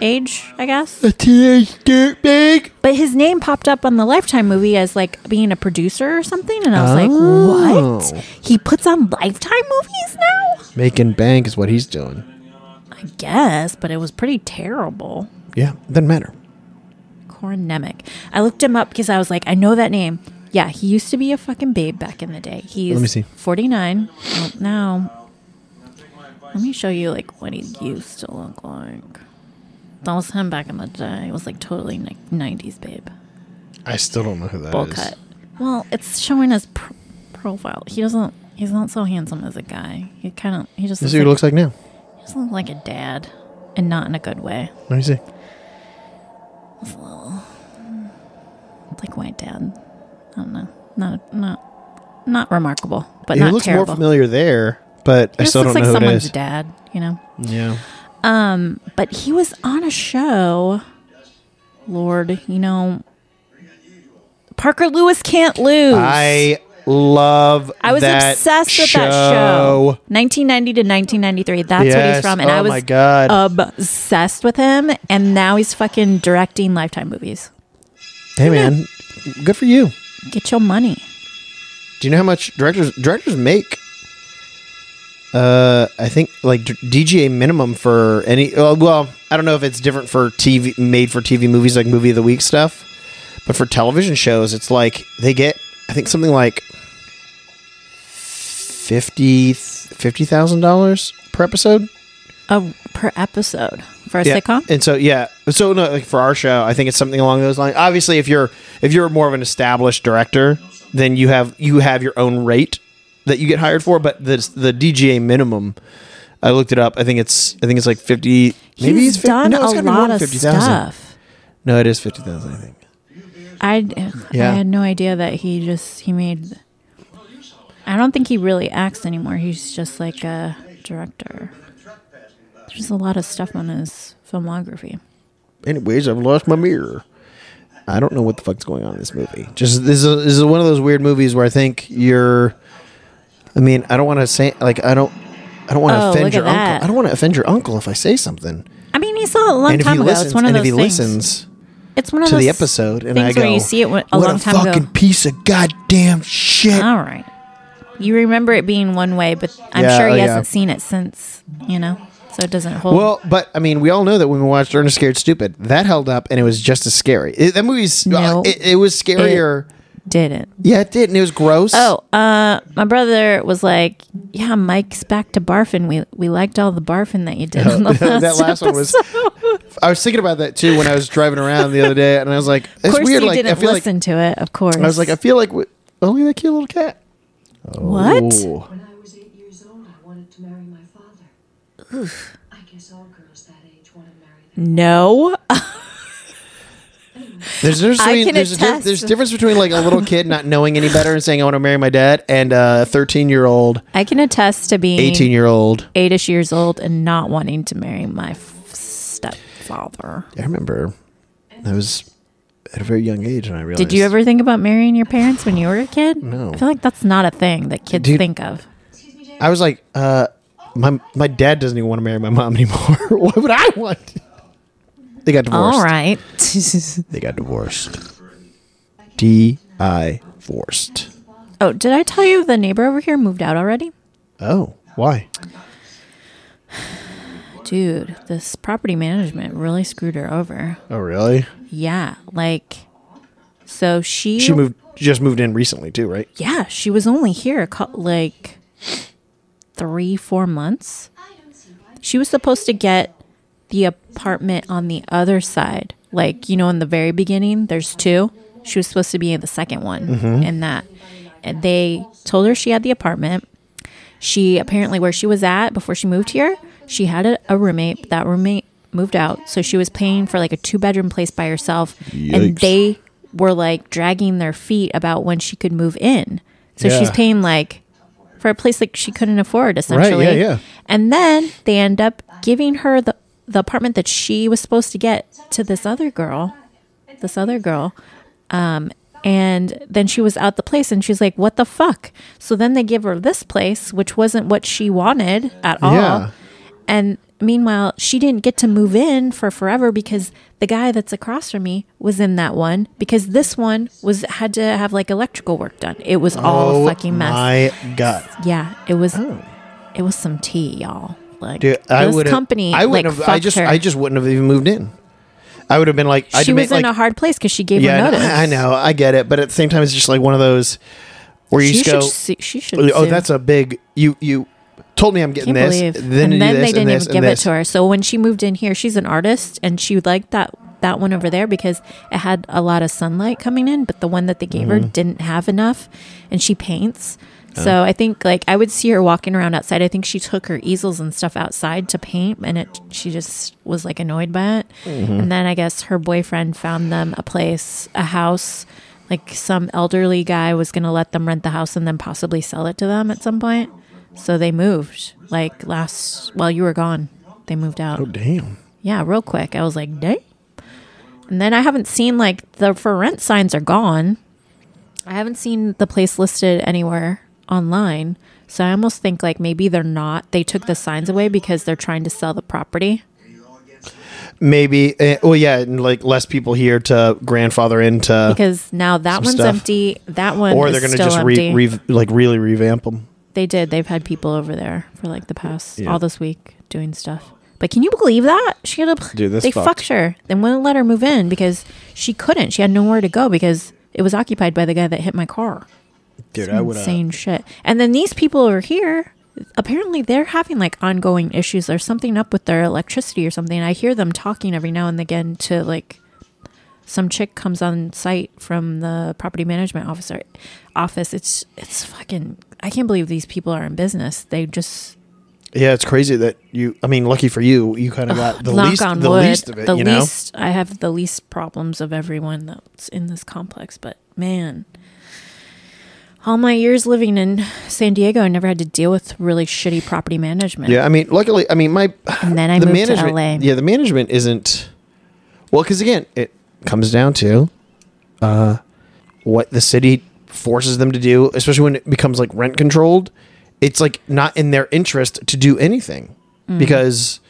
age, I guess.
A teenage dirtbag.
But his name popped up on the Lifetime movie as like being a producer or something. And I was like,
Oh.
what? He puts on Lifetime movies now?
Making bank is what he's doing.
I guess, but it was pretty terrible.
Yeah, doesn't matter.
Corin Nemec. I looked him up because I was like, I know that name. Yeah, he used to be a fucking babe back in the day. He's
Let me see.
49. Well, now, let me show you like what he used to look like. That was him back in the day. It was like totally like 90s babe.
I still don't know who that is.
Bowl cut. Well, it's showing his pr- profile. He doesn't, he's not so handsome as a guy. He kind of, he just
This is
looks
who
like,
he looks like now.
he just looks like a dad and not in a good way.
Let me see.
It's like my dad. I don't know. Not not not remarkable, but
he
not
looks
terrible.
more familiar there, but I
He just
still
looks
don't
like
know who it
someone's
is.
dad, you know.
Yeah.
But he was on a show. Lord, you know, Parker Lewis can't lose.
I love.
I was
that
obsessed with that show. 1990 to 1993. That's what
Yes.
he's from. And
Oh
I was
my God.
obsessed with him. And now he's fucking directing Lifetime movies.
Hey man, good for you.
Get your money.
Do you know how much directors directors make? Uh, I think like d- DGA minimum for any. Uh, well, I don't know if it's different for TV made for TV movies like movie of the week stuff, but for television shows, it's like they get I think something like fifty fifty thousand dollars per episode.
A, uh, per episode for a
Yeah.
sitcom?
And so yeah, so no, like for our show, I think it's something along those lines. Obviously, if you're if you're more of an established director, then you have you have your own rate that you get hired for. But the the DGA minimum, I looked it up. I think it's I think it's like fifty. Maybe
he's
it's 50,
done
no, it's
a
gotta be more
lot
than
of
50,000.
stuff.
No, it is fifty thousand. I think.
I,
Yeah.
I had no idea that he just, he made, I don't think he really acts anymore. He's just like a director. There's a lot of stuff on his filmography.
Anyways, I've lost my mirror. I don't know what the fuck's going on in this movie. Just this is, this is one of those weird movies where I think you're. I mean, I don't want to say like I don't. I don't want to
Oh,
offend
look
your
at
uncle.
that.
I don't want to offend your uncle if I say something.
I mean, he saw it a long
and if
time
he
ago.
listens,
it's one of
and
those
if he
things.
listens
it's one of
to
those
the episode, and I
things
go,
where you see it when- a
what
long
a
time
fucking
ago.
piece of goddamn shit.
All right, you remember it being one way, but I'm
Yeah,
sure he
oh, yeah.
hasn't seen it since. You know, so it doesn't hold.
Well, but I mean, we all know that when we watched Ernest Scared Stupid, that held up, and it was just as scary. It, that movie's
No,
uh, it, it was scarier.
Didn't.
yeah, it did, and it was gross.
Oh, uh, my brother was like, "Yeah, Mike's back to barfing. We we liked all the barfing that you did on the last,
<laughs> that last one was. I was thinking about that too when I was driving around the other day, and I was like, "It's
Of course,
weird."
you
like, I
didn't
feel
listen to it. Of course,
like I was like, I feel like we, oh, look at that cute little cat.
"What?
Ooh.
When I was eight years old, I wanted to marry my father. I guess all girls that age want to marry their
No, <laughs>
There's there's,
I
between,
can
there's, a diff-
attest.
there's a difference between like a little kid not knowing any better and saying I want to marry my dad, and a 13 year old,
I can attest to being
18 year old.
eight-ish years old and not wanting to marry my f- stepfather."
I remember I was at a very young age, and I realized.
Did you ever think about marrying your parents when you were a kid?
No.
I feel like that's not a thing that kids
Dude.
think of.
I was like, uh, my my dad doesn't even want to marry my mom anymore. <laughs> Why would I want? to? They got divorced.
All right. <laughs>
They got divorced. D I forced.
oh, did I tell you the neighbor over here moved out already?
Oh, why?
Dude, this property management really screwed her over.
Oh, really?
Yeah, like so she
She moved. Just moved in recently too, right?
Yeah, she was only here a cou- like 3 4 months. She was supposed to get the apartment on the other side. Like, you know, in the very beginning, there's two. She was supposed to be in the second one and that. And they told her she had the apartment. She apparently, where she was at before she moved here, she had a, a roommate. but That roommate moved out. So she was paying for like a two bedroom place by herself. And
Yikes.
they were like dragging their feet about when she could move in. So she's
Yeah.
paying like for a place like she couldn't afford essentially.
yeah.
And then they end up giving her the the apartment that she was supposed to get to this other girl, this other girl. Um, and then she was out the place and she's like, what the fuck? So then they give her this place, which wasn't what she wanted at all.
Yeah.
And meanwhile, she didn't get to move in for forever because the guy that's across from me was in that one because this one was had to have like electrical work done. It was all a fucking mess.
Oh My God,
Yeah, it was. It was some tea, y'all. Like
Oh. dude! I
this
would
company.
I
like,
wouldn't have. I
fucked
just.
her.
I just wouldn't have even moved in. I would have been like. I'd
She
have been
was in
like,
a hard place because she gave
Yeah, I
her
know-
notice.
I know. I get it, but at the same time, it's just like one of those where you
She
just
should.
go,
sue- she should.
"Oh,
sue.
that's a big you you." Told me I'm getting
Can't
this,
believe.
then
and
you do
then
this,
they didn't
and this,
even give
and this.
it to her. So when she moved in here, she's an artist and she liked that that one over there because it had a lot of sunlight coming in, but the one that they gave
Mm-hmm.
her didn't have enough, and she paints. So I think like I would see her walking around outside. I think she took her easels and stuff outside to paint, and it she just was like annoyed by it.
Mm-hmm.
And then I guess her boyfriend found them a place, a house. Like some elderly guy was gonna let them rent the house and then possibly sell it to them at some point. So they moved like last while you were gone. They moved
Oh.
out.
Damn.
Yeah, real quick. I was like, dang. And then I haven't seen like the for rent signs are gone. I haven't seen the place listed anywhere online. So I almost think like maybe they're not. They took the signs away because they're trying to sell the property.
Maybe. eh, well, yeah, and like less people here to grandfather into,
Because now that one's
Uh, stuff.
empty. That one
or
is
they're going to
still
just
empty.
re, re, like really revamp them.
They did. They've had people over there for like the past
Yeah.
all this week doing stuff. But can you believe that she had a
Dude, that's
they
fucked.
fucked her and wouldn't let her move in because she couldn't. She had nowhere to go because it was occupied by the guy that hit my car.
Dude,
Insane shit. And then these people over here, apparently they're having like ongoing issues. There's something up with their electricity or something. I hear them talking every now and again to like some chick comes on site from the property management officer office. It's it's fucking I can't believe these people are in business. They just
Yeah, it's crazy that you. I mean, lucky for you, you kind of got the
knock
least,
on
the
wood.
least of it.
the
you know,
least I have the least problems of everyone that's in this complex, but man. All my years living in San Diego, I never had to deal with really shitty property management.
yeah. I mean, luckily, I mean, my <sighs>
And then I
the
moved
management.
to LA.
Yeah, the management isn't. Well, because again, it comes down to uh, what the city forces them to do, especially when it becomes like rent controlled. It's like not in their interest to do anything
Mm.
because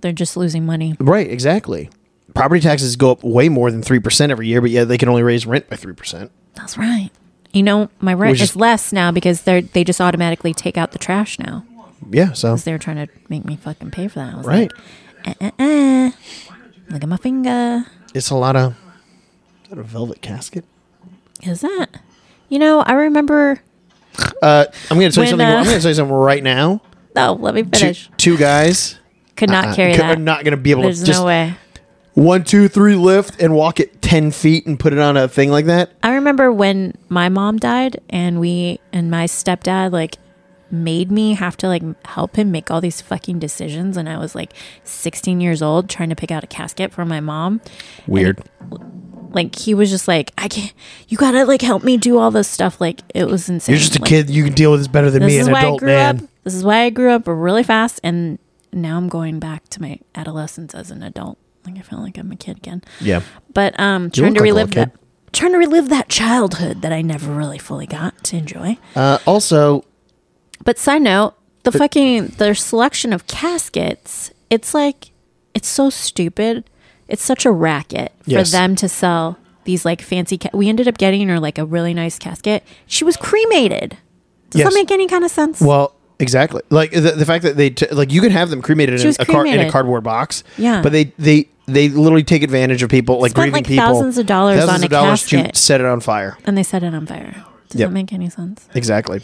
They're just losing money.
right, exactly. Property taxes go up way more than three percent every year, but yeah, they can only raise rent by three percent.
That's right. You know, my rent
Which is-
is less now because they're they just automatically take out the trash now.
Yeah, so
They were trying to make me fucking pay for that. I was
right,
like, uh, uh, uh. look at my finger.
it's a lot of. Is that a velvet casket?
Is that? You know, I remember.
Uh, I'm going to tell you
When,
something.
uh,
I'm going to tell you something right
<laughs>
now.
Oh, let me
Two,
finish.
two guys
Could not
uh,
carry
c- are
that.
not going to be able
There's
to just
no way.
one, two, three lift and walk it ten feet and put it on a thing like that.
I remember when my mom died and we and my stepdad like made me have to like help him make all these fucking decisions and I was like 16 years old trying to pick out a casket for my mom.
Weird.
Like he was just like, I can't you gotta like help me do all this stuff. Like it was insane.
You're just a
Like,
kid. You can deal with this better than
This
me,
is
an
why I
adult
grew up
man.
this is why I grew up really fast and now I'm going back to my adolescence as an adult. Like I feel like I'm a kid again
Yeah.
but um, trying
look
to
like a little
relive that, trying to relive that childhood that I never really fully got to enjoy.
Uh, also,
But side note, the fucking their selection of caskets, it's like it's so stupid. It's such a racket for
Yes.
them to sell these like fancy. Ca- we ended up getting her like a really nice casket. She was cremated. Does
Yes.
that make any kind of sense?
well, exactly. Like the, the fact that they t- like you can have them cremated
She
in
was
a, car- in a
cremated.
cardboard box.
Yeah.
But they they they literally take advantage of people like
Spent,
grieving
like,
people
thousands of dollars
thousands
on
of
a
dollars
casket.
to set it on fire.
and they set it on fire. Does
Yep.
that make any sense?
Exactly.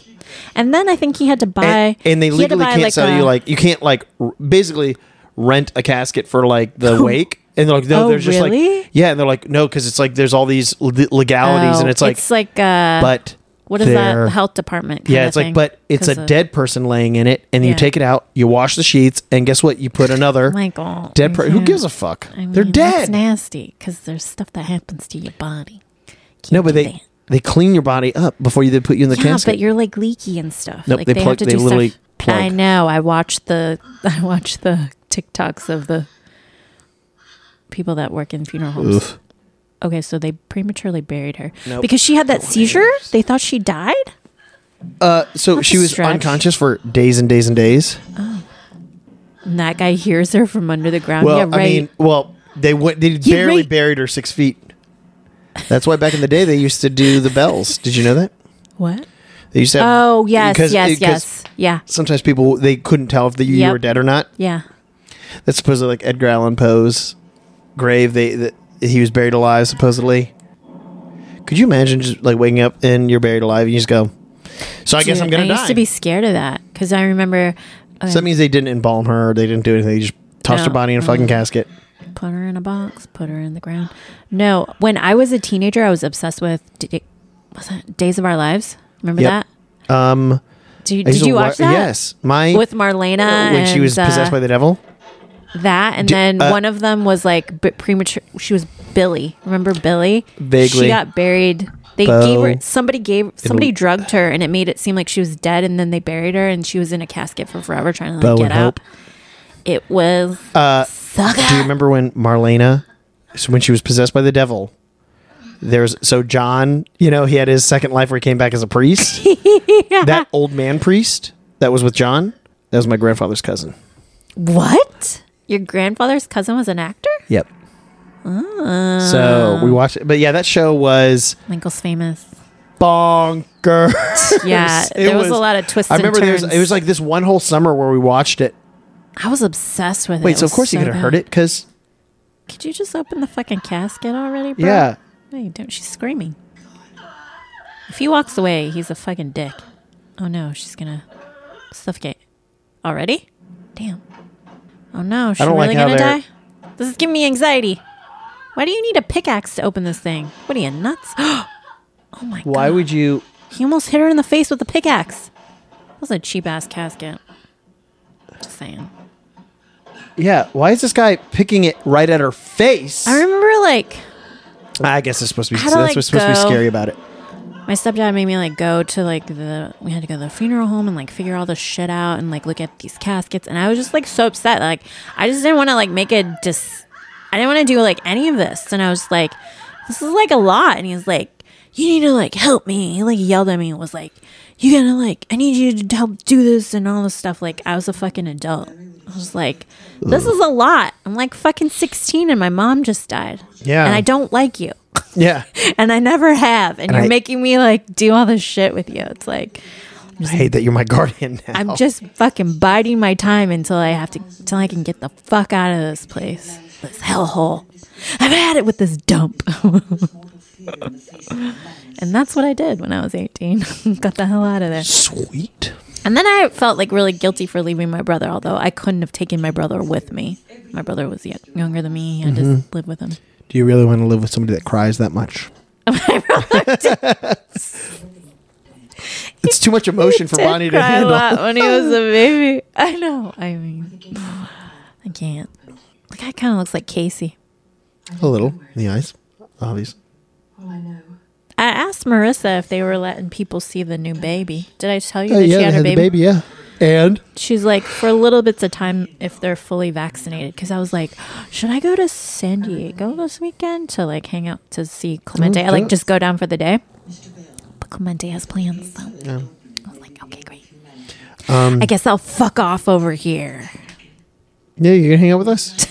And then I think he had to buy.
and, and they
he had to
legally
buy,
can't sell you
a-
like you can't like r- basically rent a casket for like
<laughs>
the wake and they're like no
Oh,
there's just
really?
like yeah and they're like no because it's like there's all these le- legalities
Oh,
and it's like
it's like uh,
but
What is that?
they're-
The health department. kinda
yeah it's
thing.
like but it's
'Cause
a
of-
dead person laying in it and you
Yeah.
take it out you wash the sheets and guess what you put another
Michael.
dead person who gives a
f?
fuck they're dead
That's nasty because there's stuff that happens to your body. Can't
no but
do
they
that.
they clean your body up before you they put you in the
Yeah,
casket
but you're like leaky and stuff.
Nope,
like
they
they,
plug-
have to
they
do
literally
stuff.
plug.
I know. I watched the <laughs> I watched the TikToks of the people that work in funeral homes.
Oof.
Okay, so they prematurely buried her
Nope.
because she had that seizure. They thought she died.
Uh, so
That's
she
a
was
stretch.
unconscious for days and days and days
And that guy hears her from under the ground.
Well,
Oh, yeah, right.
I mean, well, they went. They barely
right.
buried her six feet. That's why back in the day they used to do the
<laughs>
bells. Did you know that
what?
they used to? Have,
Oh yes,
because-
yes,
because
yes, yeah,
Sometimes people they couldn't tell if the, you
Yep.
were dead or not.
yeah.
That's supposedly like Edgar Allan Poe's grave. They that he was buried alive supposedly. Could you imagine just like waking up and you're buried alive? and You just go. So I guess
Dude,
I'm gonna
I
die.
used to be scared of that because I remember oh, okay,
so that means they didn't embalm her. or They didn't do anything. They just tossed her
No.
body in a fucking casket.
put her in a box, put her in the ground. No, when I was a teenager, I was obsessed with D- was that Days of Our Lives. Remember
Yep. Um,
that? Did,
I used
did
to
you
wa-
watch that?
Yes, my
With Marlena
when she was
and,
possessed
uh,
by the devil.
That and
Di-
then
uh,
one of them was like b- premature. She was Billy. Remember Billy?
Vaguely.
She got buried. They
Bo.
gave her. Somebody gave. Somebody drugged her, and it made it seem like she was dead. And then they buried her, and she was in a casket for forever, trying to
Bo
like get
and Hope.
out. It was
Uh,
sucker.
Do you remember when Marlena, so when she was possessed by the devil, There's so John, you know, he had his second life where he came back as a
<laughs>
priest. That old man priest that was with John, that was my grandfather's cousin.
What? Your grandfather's cousin was an actor? Uh,
Yep.
Oh.
So we watched it, but yeah, that show was
Michael's famous.
bonkers.
Yeah,
<laughs> It
there was, a lot of twists.
I remember
and
there
turns.
was, it was like this one whole summer where we watched it.
I was obsessed with it.
Wait,
It
so of
was
course you could have
bad.
heard it because
Could you just open the fucking casket already, bro?
Yeah.
No, you don't. She's screaming. If he walks away, he's a fucking dick. Oh no, she's gonna suffocate. Already? Damn. Oh no, she's
don't like
really
how
gonna
they're-
die? This is giving me anxiety. Why do you need a pickaxe to open this thing? What are you nuts? <gasps> oh my god.
why would you?
He almost hit her in the face with a pickaxe. That was a cheap ass casket. Just saying.
Yeah, why is this guy picking it right at her face?
I remember like
I guess it's supposed to be
How
that's
do I
what's supposed to be
go?
scary about it.
my stepdad made me like go to like the we had to go to the funeral home and like figure all this shit out and like look at these caskets and I was just like so upset like I just didn't want to like make a dis I didn't want to do like any of this and I was like this is like a lot and he's like you need to like help me he like yelled at me and was like you gotta like I need you to help do this and all this stuff like I was a fucking adult I was like this is a lot I'm like fucking 16 and my mom just died
Yeah.
and I don't like you
Yeah,
and I never have. And, you're
I-
making me like do all this shit with you. It's like
I hate that you're my guardian now.
<laughs> I'm just fucking biding my time until I have to, until I can get the fuck out of this place, this hellhole. I've had it with this dump, <laughs> and that's what I did when I was 18. <laughs> Got the hell out of there.
sweet.
And then I felt like really guilty for leaving my brother, although I couldn't have taken my brother with me. My brother was y- younger than me. I
Mm-hmm.
just lived with him. <laughs>
Do you really want to live with somebody that cries that much? it's too
<laughs>
much emotion for
did
Bonnie to
cry
handle.
a lot when he was a baby. I know. I mean, I can't. The guy kind of looks like Casey.
A little in the eyes, obvious.
All I know
I asked Marissa if they were letting people see the new baby. Did I tell you
Oh,
that
yeah,
she
they
had her
had the
baby?
baby. Yeah, and
She's like for little bits of time if they're fully vaccinated. Because I was like, should I go to San Diego this weekend to like hang out to see Clemente? I like
Oh, yeah.
just go down for the day. But Clemente has plans. So. I was like, okay, great.
um,
I guess I'll fuck off over here. <laughs>
yeah, you can hang out with us.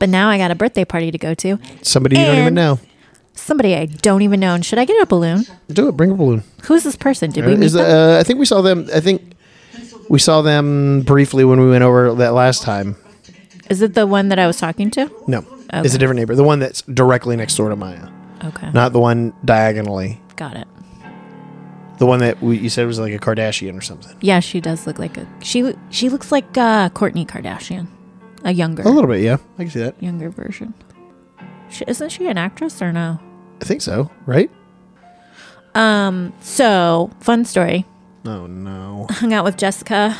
But now I got a birthday party to go to.
Somebody you don't even
And-
know.
Somebody I don't even know. And should I get a balloon?
Do it. Bring a balloon.
Who is this person? Did we meet
Is
them?
uh, I think we saw them. I think we saw them briefly when we went over that last time.
is it the one that I was talking to?
No, it's a different neighbor. The one that's directly next door to Maya,
Okay.
not the one diagonally.
Got it.
The one that we, you said was like a Kardashian or something.
Yeah, she does look like a she. She looks like uh, Courtney Kardashian, a younger,
A little bit, yeah. I can see that.
younger version. She, isn't she an actress or no?
I think so, right?
Um. So fun story. <laughs>
Oh no.
Hung out with Jessica,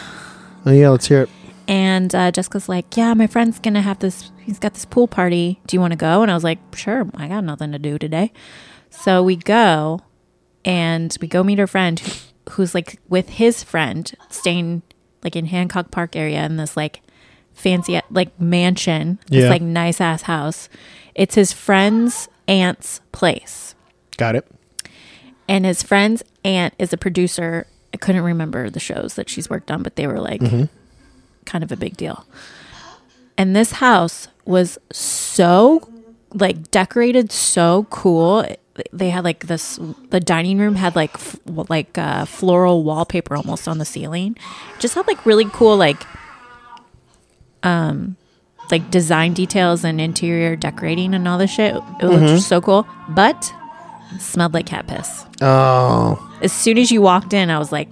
Oh yeah, let's hear it.
and uh, Jessica's like, "Yeah, my friend's gonna have this. He's got this pool party. Do you want to go?" And I was like, "Sure. I got nothing to do today." So we go, and we go meet her friend, who- who's like with his friend, staying like in Hancock Park area in this like fancy like mansion, this
Yeah.
like nice ass house. It's his friend's aunt's place,
Got it.
and his friend's aunt is a producer. I couldn't remember the shows that she's worked on, but they were like kind of a big deal. And this house was so like decorated so cool. They had like this the dining room had like f- like uh, floral wallpaper almost on the ceiling. Just had like really cool like um like design details and interior decorating and all this shit. It looked so cool, but smelled like cat piss.
Oh.
As soon as you walked in, I was like,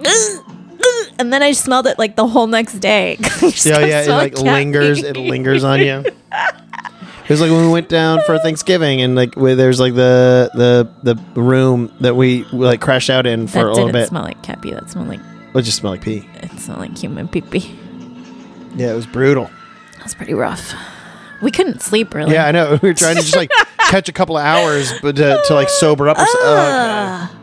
and then I smelled it like the whole next day. <laughs>
Yeah, yeah. It like lingers. It lingers on you. It was like when we went down for Thanksgiving, and like where there's like the the the room that we like crashed out in for a
That
little
didn't
bit.
smell like cat pee. That smelled like
It just smelled like pee.
it smelled like human pee pee.
Yeah, it was brutal.
That was pretty rough. We couldn't sleep really.
Yeah, I know. <laughs> We were trying to just
<laughs>
like catch a couple of hours, but to, to like sober up. Or so- oh,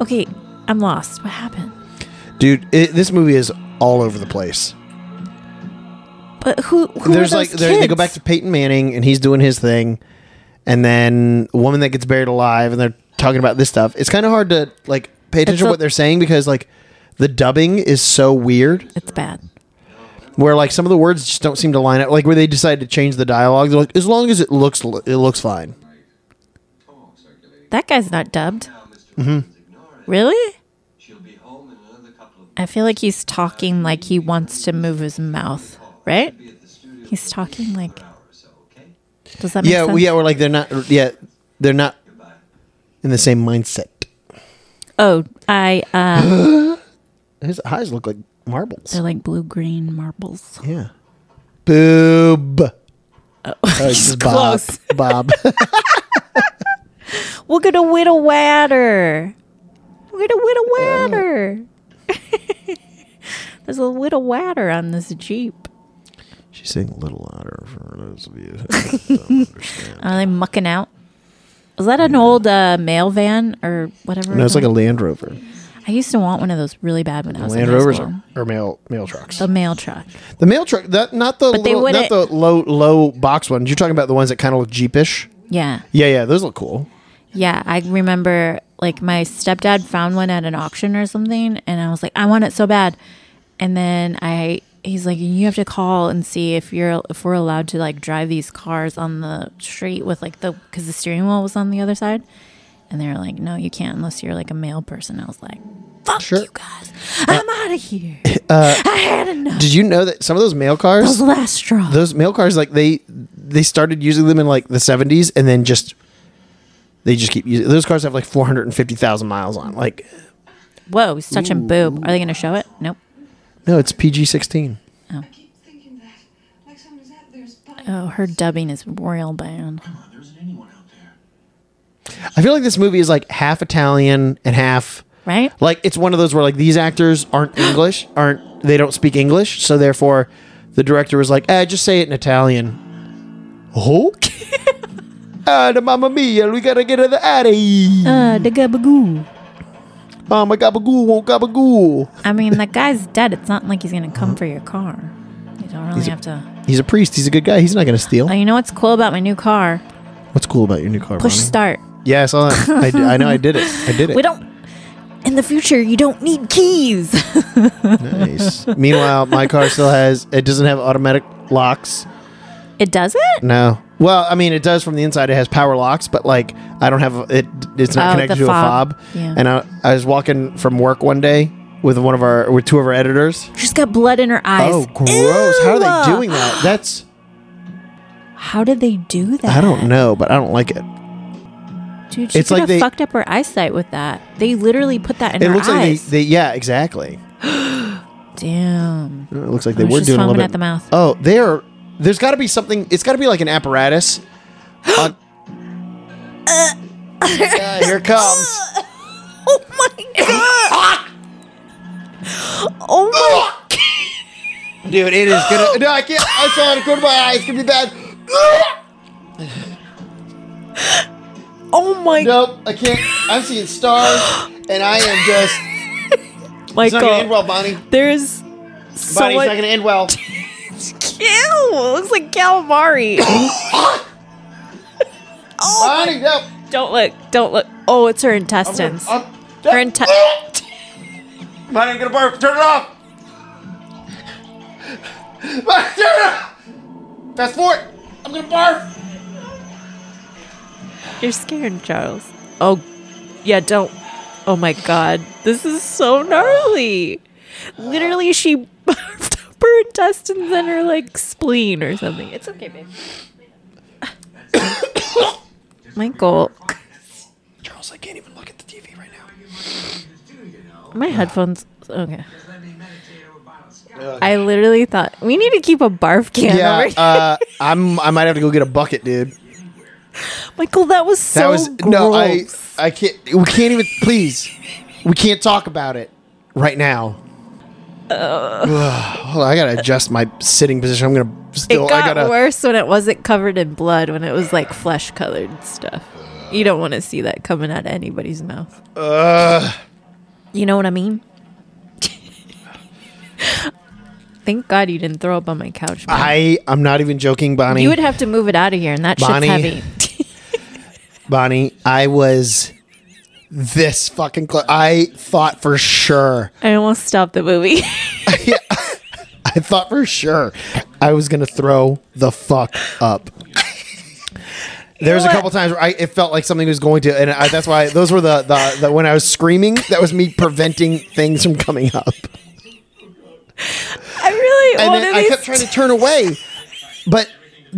Okay, I'm lost. What happened?
okay. Dude, it, this movie is all over the place.
But who? who
There's
are
like
those
there- they go
kids?
back to Peyton Manning and he's doing his thing, and then a woman that gets buried alive and they're talking about this stuff. It's kind of hard to like pay attention
a-
to what they're saying because like the dubbing is so weird.
It's bad.
Where like some of the words just don't seem to line up. Like where they decide to change the dialogue. They're like, as long as it looks l- it looks fine.
That guy's not dubbed.
Now, mister
Mm-hmm.
Wilson's ignoring.
Really?
She'll be home in another couple of
I feel like he's talking like he wants to move his mouth, right?
be at the studio
He's talking like.
for an hour or so, okay?
Does that make
Yeah,
sense?
well, yeah. We're like they're not. Yeah, they're not
Goodbye.
in the same mindset.
Oh, I. Uh,
His eyes look like marbles.
they're like blue green marbles.
Yeah. Boob. Oh,
<laughs>
this is Bob.
close.
Bob.
<laughs> Look at a widow wadder. Look at a widow wadder. <laughs> There's a little wadder on this Jeep.
She's saying a little louder for those of you <laughs> who don't understand.
Are they mucking out? Is that an old uh, mail van or whatever?
No, it's like a Land Rover.
I used to want one of those really bad when I was
Land
in high
Rovers
school.
are, are mail mail trucks.
A mail truck.
the mail truck, that not the
But they
little, not the
wouldn't-
low low box ones. You're talking about the ones that kind of look jeepish.
Yeah.
Yeah, yeah, those look cool.
Yeah, I remember like my stepdad found one at an auction or something, and I was like, I want it so bad. And then I, he's like, you have to call and see if you're if we're allowed to like drive these cars on the street with like the because the steering wheel was on the other side. And they were like, no, you can't unless you're like a male person. I was like, fuck
Sure. Uh,
you guys, I'm out of here. I had enough.
Did you know that some of those mail cars,
Those last straw.
those mail cars, like they they started using them in like the 70s, and then just they just keep using. Those cars have like 450,000 miles on. Like,
Whoa, he's touching boob. Are they gonna show it? Nope.
no, it's PG-16.
I keep thinking that. Like someone's out there spying.
Oh, her dubbing is royal bad.
Come on, there isn't anyone out there.
I feel like this movie is like half Italian and half
Right?
like it's one of those where like these actors aren't English, aren't they don't speak English, so therefore the director was like, "Eh, just say it in Italian." Oh. <laughs> Ah, the mamma mia, we gotta get out of the
Uh, the gabagoo.
Oh my gabagoo, won't gabagoo.
I mean, that guy's dead. It's not like he's gonna come for your car. You don't really have to.
He's a priest. He's a good guy. He's not gonna steal.
Oh, you know what's cool about my new car?
What's cool about your new car?
Push
Ronnie?
start.
Yeah, I saw that. I, d- I know. I did it. I did it.
<laughs> We don't. In the future, you don't need keys. <laughs>
Nice. Meanwhile, my car still has. It doesn't have automatic locks.
it doesn't.
No. Well, I mean, it does from the inside. It has power locks, but like I don't have it. It's not
Oh,
connected to
the fob.
a fob.
Yeah.
And I, I was walking from work one day with one of our with two of our editors.
She's got blood in her eyes.
Oh, gross! How are they
Ew.
doing that? That's
How did they do that?
I don't know, but I don't like it.
Dude, she
It's
could
like
have
they-
fucked up her eyesight with that. They literally put that in
It
her
looks like
eyes.
they, they yeah exactly.
Damn.
It looks like they
Oh, it's
were
just
doing a little
foaming
bit
at the mouth.
Oh, they're there's got to be something. It's got to be like an
<gasps>
apparatus. on,
Uh,
<laughs> Yeah, here it comes.
Oh my
<laughs> Ah!
god. oh my.
Dude, it is gonna. No, I can't. I saw it. Go to my eye. It's gonna be bad.
Oh my.
Nope, I can't. I'm seeing stars, and I am just. It's
Michael.
not gonna end well, Bonnie.
There's
Bonnie, it's
someone.
not gonna end well.
Ew! Looks like calamari.
<coughs>
oh,
Bonnie, no.
don't look! Don't look! Oh, it's her
I'm
intestines.
gonna-
Her
I'm-
inte-
Bonnie, I'm gonna burp. Turn it off. Bonnie, turn it off. Fast forward. I'm gonna barf.
You're scared, Charles. Oh, yeah. Don't. Oh my God! This is so gnarly. Literally, she <laughs> barfed up her intestines and her like spleen or something. It's okay, babe. <coughs> Michael,
Charles, I can't even look at the TV right now.
Do you know?
my headphones. Okay.
Just let me meditate over a bottle of scotch.
I literally thought we need to keep a barf can over
Yeah,
here.
uh, I'm. I might have to go get a bucket, dude.
Michael, that was so
That was
gross.
no, I I can't. We can't even. Please, we can't talk about it right now. Ugh, hold on, I gotta adjust my sitting position. I'm gonna
Uh. it
still.
got
I gotta.
worse when it wasn't covered in blood, when it was like flesh colored stuff. You don't want to see that coming out of anybody's mouth.
Ugh.
You know what I mean? <laughs> Thank God you didn't throw up on my couch. man.
I I'm not even joking, Bonnie.
you would have to move it out of here, and that
Bonnie.
shit's heavy. <laughs>
Bonnie, I was this fucking close. I thought for sure.
I almost stopped the movie. <laughs>
<laughs> I thought for sure I was gonna throw the fuck up. There's a couple times where I, it felt like something was going to, and I, that's why those were the, the the when I was screaming. That was me preventing things from coming up,
I really
and
one
then
of
I
these.
kept trying to turn away, but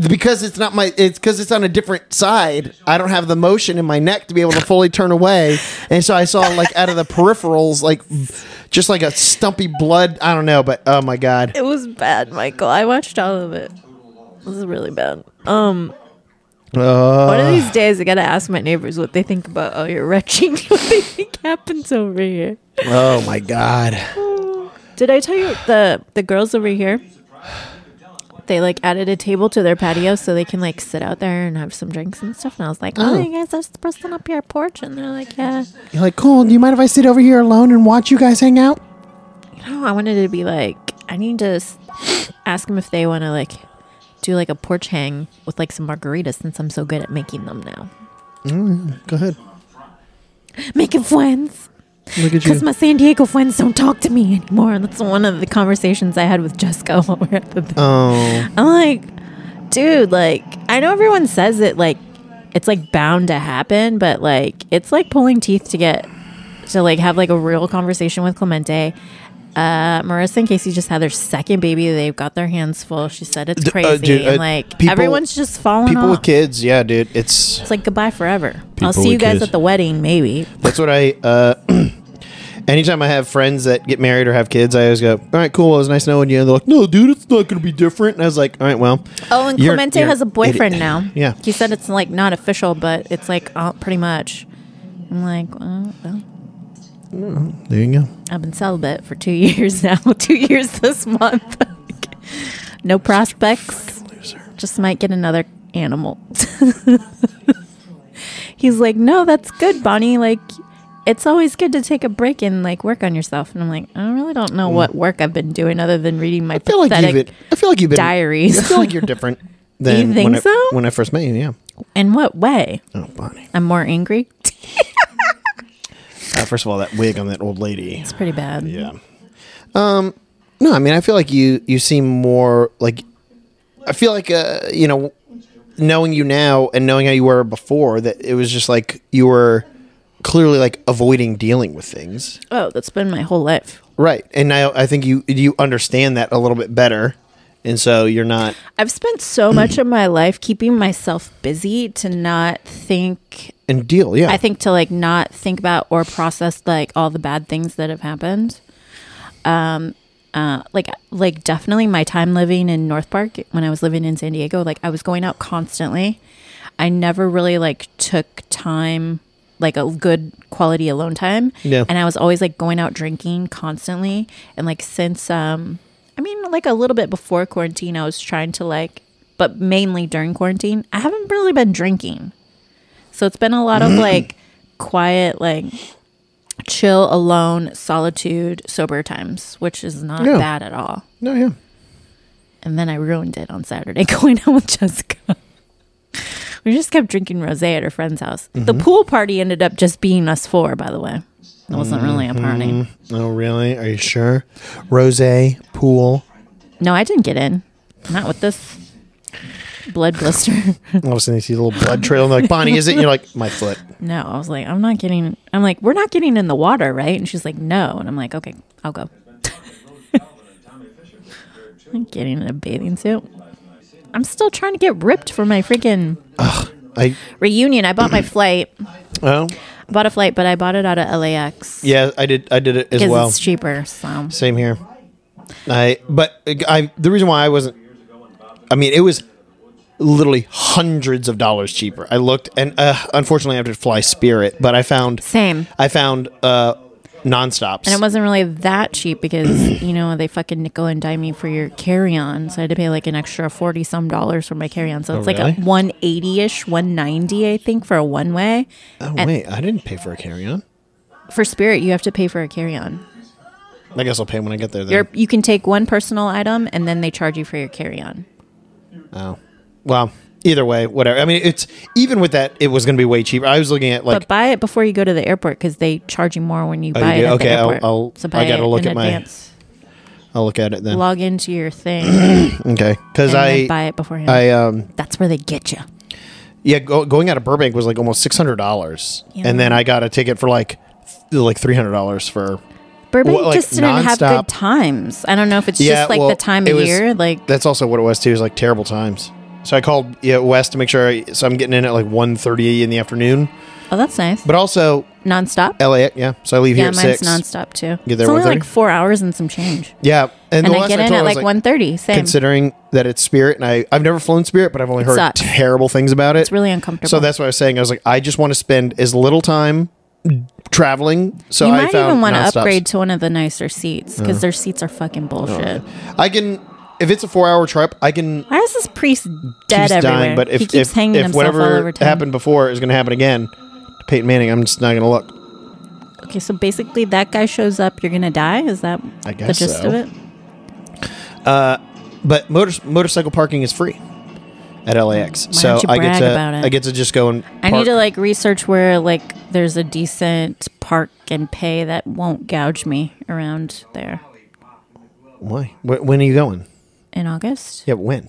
because it's not my, it's because it's on a different side. I don't have the motion in my neck to be able to fully turn away, and so I saw like out of the peripherals, like just like a stumpy blood. I don't know, but oh my god,
it was bad, Michael. I watched all of it. It was really bad. Um,
Uh. Oh,
one of these days I gotta ask my neighbors what they think about all your retching. <laughs> What they think happens over here.
oh my god.
Did I tell you the the girls over here? They like added a table to their patio so they can like sit out there and have some drinks and stuff. And I was like, "Oh,
Oh.
you guys are supposed to sit up your porch," and they're like, "Yeah,
You're like, cool. Do you mind if I sit over here alone and watch you guys hang out?
you know, I wanted to be like, I need to s- ask them if they want to like do like a porch hang with like some margaritas since I'm so good at making them now,
Go ahead.
making friends."
Look at you.
Because my San Diego friends don't talk to me anymore. That's one of the conversations I had with Jessica while we were at the thing.
oh,
I'm like, dude, like, I know everyone says it, like, it's like bound to happen, but like, it's like pulling teeth to get to like have like a real conversation with Clemente. Uh, Marissa and Casey just had their second baby. They've got their hands full. She said it's
D- uh,
crazy.
dude, uh,
and like,
people-
everyone's just falling
people
off.
with kids. Yeah, dude. It's
It's like goodbye forever. I'll
People
see you
with
guys
kids.
at the wedding, maybe.
that's what I. Uh, <clears throat> anytime I have friends that get married or have kids, I always go, "All right, cool. It was nice knowing you." And they're like, "No, dude, it's not going to be different." And I was like, "All right, well."
Oh, and
you're-
Clemente
you're
has a
an
boyfriend
idiot."
now.
Yeah.
He said it's like not official, but it's like uh, pretty much. I'm like, well, well,
There you go.
I've been celibate for two <laughs> years now. two years this month. no prospects. Just might get another animal. <laughs> He's like, no, that's good, Bonnie. Like, it's always good to take a break and like work on yourself. And I'm like, I really don't know what work I've been doing other than reading my
Mm. I feel like
pathetic.
you've. Been, I feel like you've been
diaries.
I feel like you're
<laughs>
different than
think
when I,
so?
when I first met you. Yeah.
In what way?
Oh, Bonnie.
I'm more
<laughs>
angry.
Uh, first of all, that wig on that old lady.
It's pretty bad.
Yeah. Um, no, I mean, I feel like you you seem more like I feel like uh, you know, knowing you now and knowing how you were before, that it was just like you were clearly like avoiding dealing with things,
Oh, that's been my whole life.
right? And now I think you you understand that a little bit better, and so you're not.
I've spent so much of my life keeping myself busy to not think.
And deal, yeah.
I think to like not think about or process like all the bad things that have happened. Um, uh, like like definitely my time living in North Park when I was living in San Diego, like I was going out constantly. I never really like took time like a good quality alone time.
Yeah.
And I was always like going out drinking constantly. And like since um I mean like a little bit before quarantine I was trying to like but mainly during quarantine, I haven't really been drinking. So it's been a lot of like quiet, like chill, alone, solitude, sober times, which is not
Yeah.
bad at all.
no, yeah.
And then I ruined it on Saturday <laughs> going out with Jessica. We just kept drinking rosé at her friend's house. The pool party ended up just being us four, by the way. It wasn't really a party.
Oh, really? Are you sure? Rose pool.
No, I didn't get in. Not with this blood blister.
All of a sudden, you see a little blood trail, and they're like, "Bonnie, is it?" And you're like, "My foot."
no, I was like, I'm not getting. I'm like, we're not getting in the water, right? And she's like, no. And I'm like, okay, I'll go. <laughs> I'm getting in a bathing suit. I'm still trying to get ripped for my freaking
I
reunion. I bought
<clears throat>
my flight.
oh
bought a flight, but I bought it out of LAX
yeah, I did. I did it as
because
well.
it's cheaper. So
Same here. I but I the reason why I wasn't I mean it was literally hundreds of dollars cheaper. I looked and uh, unfortunately I have to fly Spirit, but I found
same,
I found uh nonstops.
and it wasn't really that cheap because <clears throat> you know they fucking nickel and dime you for your carry on, so I had to pay like an extra forty some dollars for my carry on. So it's
Oh, really?
like a one eighty ish, one ninety I think for a one way.
oh wait, I didn't pay for a carry on.
For Spirit, you have to pay for a carry on.
I guess I'll pay when I get there. Then.
You're, you can take one personal item and then they charge you for your carry on.
Oh. Well, either way, whatever. I mean, it's even with that, it was going to be way cheaper. I was looking at like
but buy it before you go to the airport because they charge you more when you
Oh,
buy
you
it.
do?
At
Okay,
the
I'll-
airport.
I'll- I
buy
gotta
it
look
in
at my-
advance.
I'll look at it then.
Log into
<clears throat>
your thing and
okay, because
then
I
buy it beforehand.
I um
That's where they get you.
yeah go, going out of Burbank was like almost six hundred dollars,
Yeah.
and then I got a ticket for like th- like three hundred dollars for
Burbank
Well, like,
just didn't have
nonstop-
good times. I don't know if it's
yeah
just like
well,
the time
it
of
was-
year. Like
that's also what it was too. It was like terrible times. So I called yeah West to make sure. I, so I'm getting in at like 1.30 in the afternoon,
oh, that's nice.
but also
nonstop.
LAX. Yeah, so I leave
yeah,
here at
mine's
six.
nonstop too.
Get there
it's only
1:30?
like four hours and some change.
Yeah, and,
And,
the
I
last
get
I
in
told
at
her, I was
like one thirty. Same.
considering that it's spirit and I, I've never flown spirit, but I've only heard
sucks.
terrible things about it.
it's really uncomfortable.
so that's what I was saying. I was like, I just want to spend as little time traveling. So
you
I
might
found
even want to
nonstops. Oh,
upgrade to one of the nicer seats because their seats are fucking bullshit.
I can, if it's a four hour trip, I can
Why is this priest dead
keeps
everywhere?
dying. But if,
he keeps
if,
hanging
if
himself
whatever
all over town.
happened before is going to happen again to Peyton Manning, I'm just not going to look.
Okay, so basically that guy shows up, you're gonna die. Is that
I
the
guess
gist
so.
of it?
But motor, motorcycle parking is free at LAX.
don't
so
you
I get
brag
to,
about it?
I get to just go and
I need
park.
to like research where like there's a decent park and pay that won't gouge me around there
Why? Wh- When are you going?
in August.
Yeah, but when?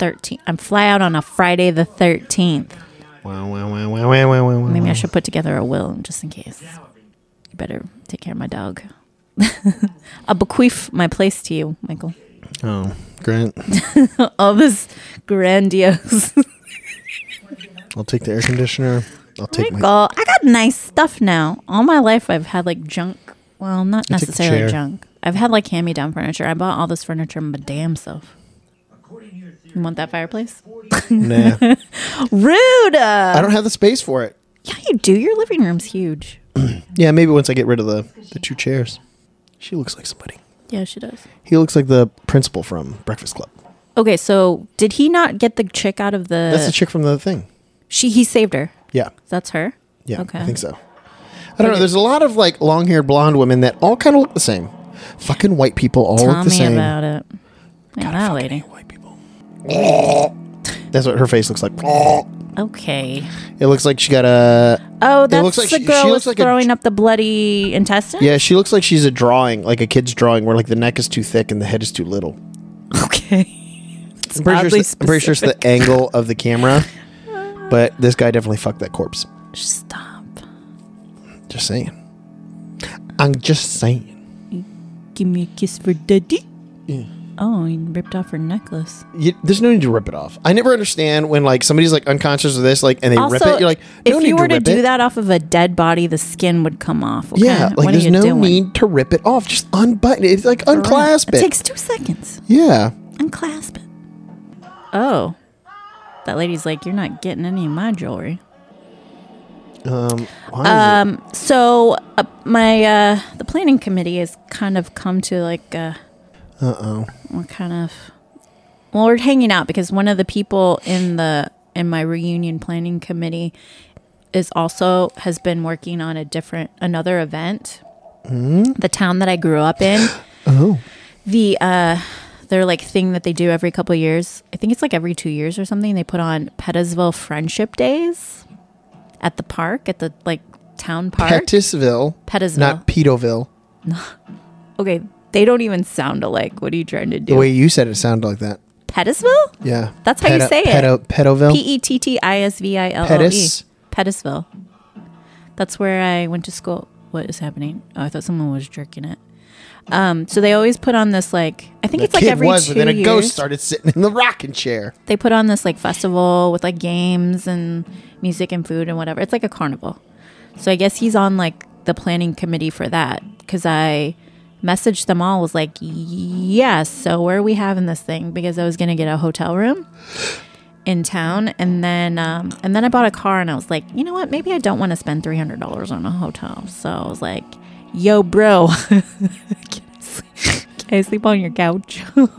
Thirteen. I'm fly out on a Friday the thirteenth.
Wow, wow, wow, wow, wow, wow, wow, wow.
Maybe I should put together a will just in case. You better take care of my dog. <laughs> I'll bequeath my place to you, Michael.
Oh,
<laughs>
Grant,
All this grandiose.
I'll take the air conditioner. I'll
<laughs>
take my.
Michael, I got nice stuff now. All my life, I've had like junk. Well, not
take the chair.
necessarily junk. I've had like hand me down furniture. I bought all this furniture my damn self. You want that fireplace?
Nah,
<laughs> Rude. Uh,
I don't have the space for it.
yeah, you do. Your living room's huge.
Yeah, maybe once I get rid of the the two chairs. She looks like somebody.
Yeah, she does.
He looks like the principal from Breakfast Club.
Okay, so did he not get the chick out of the?
That's the chick from the thing.
She he saved her.
Yeah,
That's her.
yeah,
Okay.
I think so. I don't know. There's a lot of like long-haired blonde women that all kind of look the same. Fucking white people all
Tell
look the
me
same.
about it. Yeah, that lady.
White people. That's what her face looks like.
Okay.
It looks like she got a
Oh, that's
looks like
the
she-
girl
she looks
who's
like a-
throwing up the bloody intestine.
Yeah, she looks like she's a drawing, like a kid's drawing, where like the neck is too thick and the head is too little.
<laughs> Okay. It's
I'm pretty, sure
oddly
it's the, I'm pretty sure it's the angle of the
<laughs>
camera, but this guy definitely fucked that corpse.
Stop.
Just saying. I'm just saying.
Give me a kiss for daddy. Oh, he ripped off her necklace.
You, there's no need to rip it off. I never understand when like somebody's like unconscious or this, like, and they rip it. You're like, no
if
need
you were to,
rip
do
it.
that off of a dead body, the skin would come off. Okay?
yeah,
What
like
are
there's
you
no
doing?
need to rip it off. Just unbutton it. It's like unclasp
It
it.
takes two seconds.
yeah,
Unclasp it. Oh, that lady's like, you're not getting any of my jewelry.
Why is it-
Um, so uh, my uh, the planning committee has kind of come to like uh oh what kind of well we're hanging out because one of the people in the in my reunion planning committee is also has been working on a different another event
Hmm?
the town that I grew
<gasps>
up in oh the uh their like thing that they do every couple years I think it's like every two years or something they put on Pettisville Friendship Days at the park at the like town park
Pettisville,
Pettisville.
not Pedoville.
okay they don't even sound alike what are you trying to
The
do
way you said it sounded like that.
Pettisville
Yeah,
That's how you
Pedo-
say it.
Pedo- Pedoville.
P E T T I S V I L L E.
Pettis?
Pettisville. That's where I went to school. What is happening? Oh, I thought someone was jerking it. Um, so they always put on this like I think it's like every two
but then a
years.
ghost started sitting in the rocking chair.
They put on this like festival with like games and music and food and whatever. It's like a carnival. So I guess he's on like the planning committee for that because I messaged them all was like, yes. So where are we having this thing? Because I was gonna get a hotel room in town, and then um, and then I bought a car, and I was like, you know what? Maybe I don't want to spend three hundred dollars on a hotel. So I was like, yo, bro, <laughs> can I sleep- can I sleep on your couch?
Of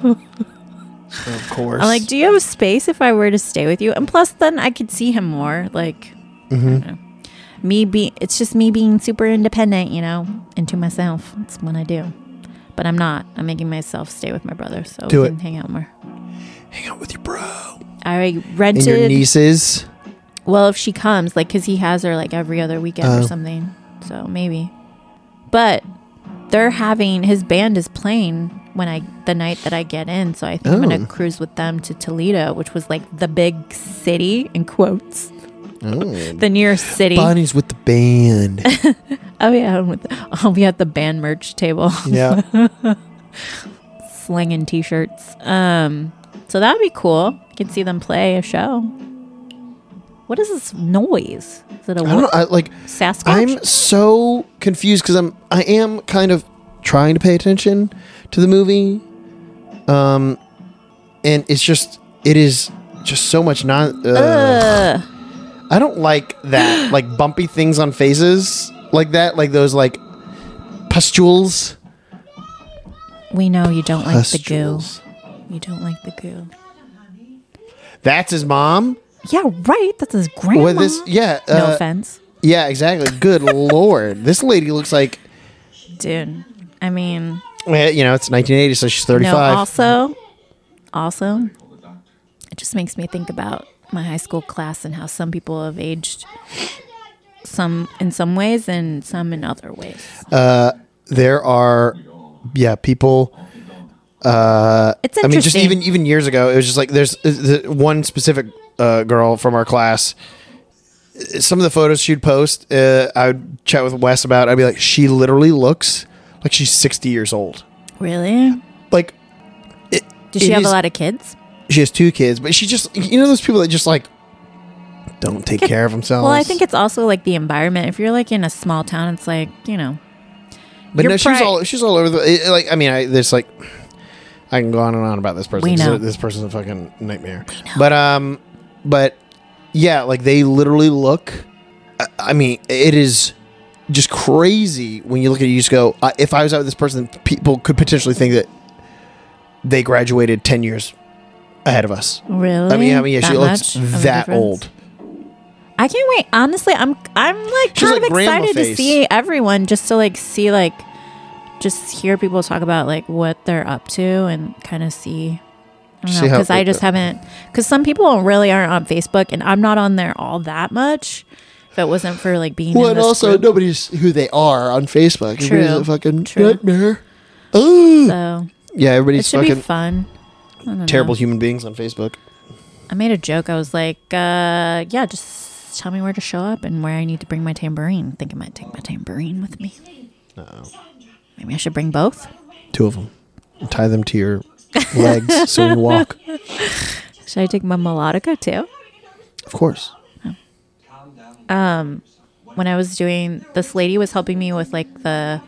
course.
I'm like, do you have
Mm-hmm.
space if I were to stay with you? And plus, then I could see him more. Like, I don't know. me be it's just me being super independent, you know, and to myself. That's what I do. But I'm not. I'm making myself stay with my brother so
Do
we
it.
can hang out more.
Hang out with your bro.
I already
And your
rented.
nieces.
Well, if she comes, like, cause he has her like every other weekend or
Oh.
something, so maybe. But they're having his band is playing when I the night that I get in, so I think I'm
Oh.
gonna cruise with them to Toledo, which was like the big city in quotes,
Oh.
the nearest city.
Bonnie's with the band.
<laughs> Oh yeah, I'm with <laughs> I'll be at the band merch table <laughs>
yeah.
slinging t-shirts. Um, so that'd be cool. You can see them play a show. What is this noise? Is it
I
a
don't know.
wo-
I, like
Sasquatch?
I'm so confused because I'm I am kind of trying to pay attention to the movie, um, and it's just it is just so much non. Uh,
Ugh.
I don't like
<gasps>
that like bumpy things on faces like that like those like pustules.
We know you don't like the goo.
Pustules.
You don't like the goo.
That's his mom.
Yeah, right. That's his grandma.
With this, yeah, uh,
no offense,
yeah, exactly.
<laughs>
Good lord, this lady looks like
dude. I mean,
eh, you know it's 1980, so she's
no.
35.
Also, also, it just makes me think about my high school class and how some people have aged, some in some ways and some in other ways.
there are yeah people uh,
It's
i
interesting.
mean just even even years ago it was just like there's uh, the one specific uh, girl from our class uh, some of the photos she'd post uh, i would chat with wes about i'd be like she literally looks like she's 60 years old
really.
like
Does she
It
have
is-
a lot of kids?
she has two kids but she just you know those people that just like don't take care of themselves
Well, I think it's also like the environment. If you're like in a small town, it's like you know.
but
you're
no she's
pri-
all she's all over the it, like i mean i there's like i can go on and on about this person
We know.
this person's a fucking nightmare but um but yeah like they literally look I, I mean it is just crazy when you look at it you just go uh, if i was out with this person people could potentially think that they graduated 10 years ahead of us
Really?
i mean i mean yeah she looks
much of a
that
difference?
old
I can't wait. Honestly, I'm I'm like
She's
kind of
like grandma
excited to
face.
see everyone just to like see like just hear people talk about like what they're up to and kind of see. I don't
See
know
how-
because I just haven't because some people really aren't on Facebook and I'm not on there all that much. If it wasn't for like being
well
in
and
this
also
group,
nobody's who they are on facebook everybody's
Everybody's a True.
a fucking
fucking True.
nightmare Ooh.
so
yeah
it
everybody's
should be
fucking
fun. I don't know.
terrible human beings on Facebook.
I made a joke. I was like, uh, yeah, just tell me where to show up and where I need to bring my tambourine. think I might take my tambourine with me. Maybe I should bring both.
Two of them. Tie them to your legs so you walk.
Should I take my melodica too?
Of course.
When I was doing this, lady was helping me with like the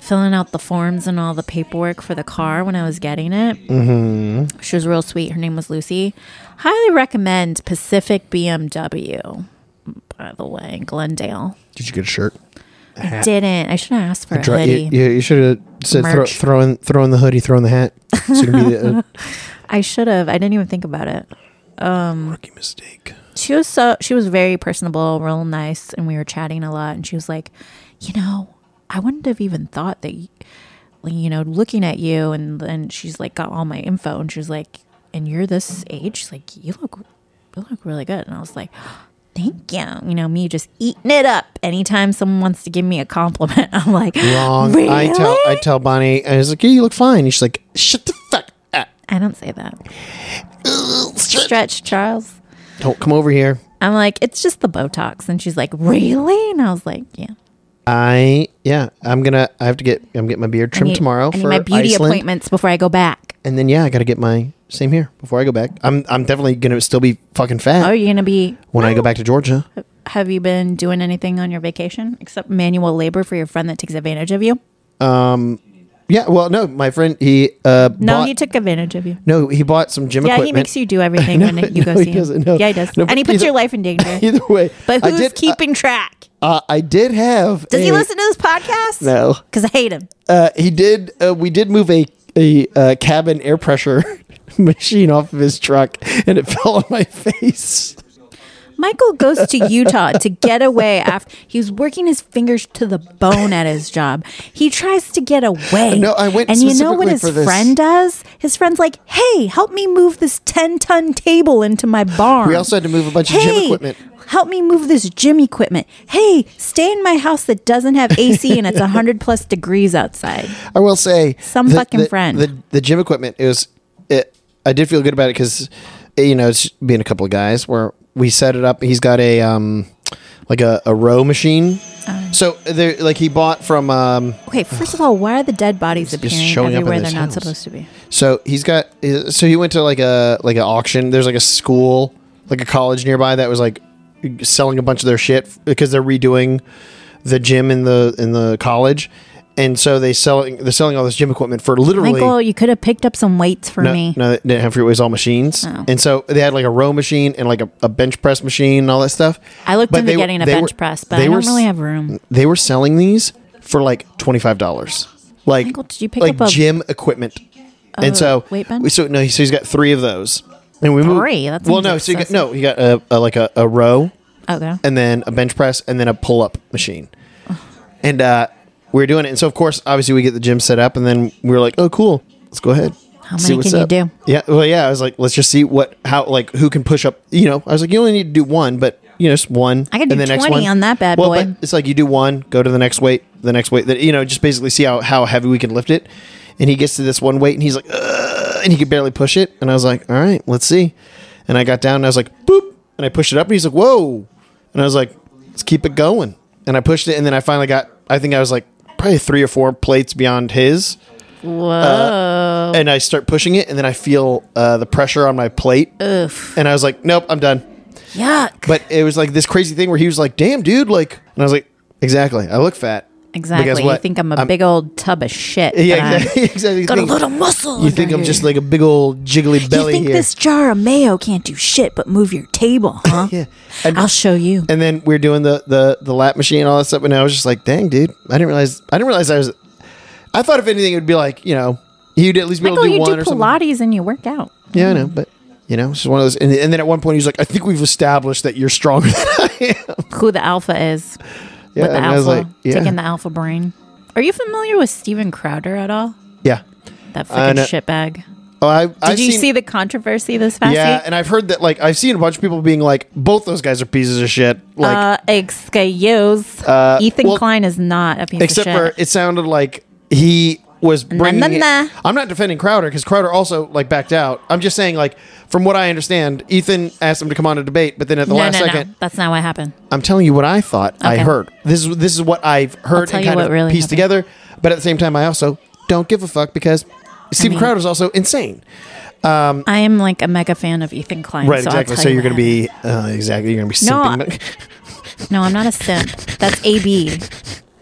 filling out the forms and all the paperwork for the car when I was getting it. Mm-hmm. She was real sweet. Her name was Lucy. Highly recommend Pacific BMW. By the way, in Glendale.
Did you get a shirt?
I didn't. I should have asked for a
Dry,
hoodie.
you you, you should have said throw,
Merch.
throw, in, throw in the hoodie, throw in the hat. So it can be
<laughs>
the,
I should have. I didn't even think about it.
a rookie mistake.
she was so she was very personable, real nice, and we were chatting a lot. And she was like, you know, I wouldn't have even thought that, y- like, you know, looking at you, and then she's like got all my info, and she was like, and you're this age, she's like you look, you look really good, and I was like. Thank you. You know, me just eating it up. Anytime someone wants to give me a compliment, <laughs> I'm like,
Wrong.
Really?
I tell I tell Bonnie, I was like, yeah, you look fine. And she's like, shut the fuck up.
I don't say that.
Stretch.
Stretch, Charles.
Don't come over here.
I'm like, it's just the Botox. And she's like, really? And I was like, yeah.
I yeah, I'm gonna I have to get I'm getting my beard
I
trimmed
need-
tomorrow
I need
for
my beauty
Iceland.
appointments before I go back.
And then yeah, I gotta get my same here before I go back. I'm I'm definitely gonna still be fucking fat.
Oh, Uh, you're gonna be.
when I go back to Georgia.
Have you been doing anything on your vacation except manual labor for your friend that takes advantage of you?
Yeah, well, no, my friend he uh
No,
bought,
he took advantage of you.
no he bought some gym
Yeah,
equipment.
he makes you
<laughs>
do everything
No,
when you go
no, he
see him.
doesn't, no.
yeah, he does.
No,
and he
but
puts
either-
your life in danger.
<laughs> Either way,
But
I
who's
did,
keeping track?
Uh, uh, I did have.
Does he
a-
listen to this podcast?
No,
Because I hate him.
uh, he did. Uh, we did move a a uh, cabin air <laughs> pressure machine off of his truck, and it fell on my face.
My Michael goes to Utah to get away after he was working his fingers to the bone at his job. He tries to get away.
No, I went
And you know what
specifically
his
for this.
friend does? His friend's like, "Hey, help me move this ten-ton table into my barn."
We also had to move a bunch of gym equipment.
Help me move this gym equipment. Hey, stay in my house that doesn't have AC and it's 100 plus degrees outside.
I will say
Some fucking friend.
The the gym equipment it was it. I did feel good about it because you know it's being a couple of guys where we set it up. He's got a um like a, a row machine.
Oh.
So there, like he bought from um
Okay, first of all, why are the dead bodies
just
appearing
showing up in
everywhere they're
this
not
house.
supposed to be?
So he's got. So he went to like a like an auction. There's like a school, like a college nearby that was like selling a bunch of their shit because they're redoing the gym in the in the college, and so they selling they're selling all this gym equipment for literally.
Michael, you could have picked up some weights for
no,
me. Oh.
no, they didn't have free. It was all machines, and so they had like a row machine and like a, a bench press machine and all that stuff.
I looked
But
into
they were-
getting a
they
bench
were-
press, but
they
I don't
were
really
s-
have room.
They were selling these for like twenty five dollars, like
Michael, did you pick
like
up a-
gym equipment, and so
weight bench?
we- So no, so he's got three of those, and we moved.
Three? That
well,
seems
no, so you got, no, you got a, a like a, a row,
Okay.
and then a bench press, and then a pull up machine, and uh, we were doing it, and so of course, obviously, we get the gym set up, and then we were like, oh, cool, let's go ahead.
How many can you do?
Yeah, well, yeah. I was like, let's just see what, how, like, who can push up. You know, I was like, you only need to do one, but you know, just one.
I could do
and the next
20
one.
on that bad
well,
boy.
But it's like you do one, go to the next weight, the next weight. That you know, just basically see how how heavy we can lift it. And he gets to this one weight, and he's like, Ugh, and he could barely push it. And I was like, all right, let's see. And I got down, and I was like, boop, and I pushed it up, and he's like, whoa, and I was like, let's keep it going. And I pushed it, and then I finally got. I think I was like probably three or four plates beyond his
Whoa. Oh.
and I start pushing it, and then I feel uh, the pressure on my plate, and I was like, "Nope, I'm done."
Yuck.
But it was like this crazy thing where he was like, "Damn, dude!" Like, and I was like, "Exactly, I look fat."
exactly. You think I'm a
a
big old tub of shit.
<laughs>
but
yeah,
I'm-
exactly. <laughs> exactly. You
Got a
think,
little muscle.
you think
under
I'm
here.
just like a big old jiggly
You
belly
think
here?
this jar of mayo can't do shit but move your
<laughs>
table, huh?
yeah. And,
I'll show you.
and then we are doing the the the lap machine and all that stuff, and I was just like, "Dang, dude! I didn't realize. I didn't realize I was. I thought if anything, it would be like you know, he'd at least be able
Michael,
to do
you
one
do
or something.
Pilates and you work out.
Yeah, I know, but you know, it's just one of those. And, and then at one point, he's like, "I think we've established that you're stronger <laughs> than I am."
Who the alpha is.
Yeah,
with the
and
alpha.
I was like, yeah,
Taking the alpha brain. Are you familiar with Steven Crowder at all?
yeah.
That
Uh,
freaking
no.
shitbag.
Oh, I,
Did
I've
you
seen,
see the controversy this past
Yeah,
week?
and I've heard that like I've seen a bunch of people being like, both those guys are pieces of shit. Like, uh,
uh, excuse. Ethan
well,
Klein is not a piece
except
of shit.
for it sounded like he was bringing.
na,
it-
na.
I'm not defending Crowder because Crowder also like backed out. I'm just saying like from what I understand, Ethan asked him to come on a debate, but then at the
no,
last
no,
second,
no. That's not what happened.
I'm telling you what I thought I
Okay.
heard. This is this is what I've heard
tell
and
you
kind
what
of
really
pieced
happened.
together. But at the same time, I also don't give a fuck because Steven
mean-
Crowder's also insane.
I am like a mega fan of Ethan Klein.
Um, Right,
so I'll
exactly.
tell
So
you
you're
what
going to be uh, exactly you're going to be
No,
simping.
happened. No, I'm not a simp. That's AB.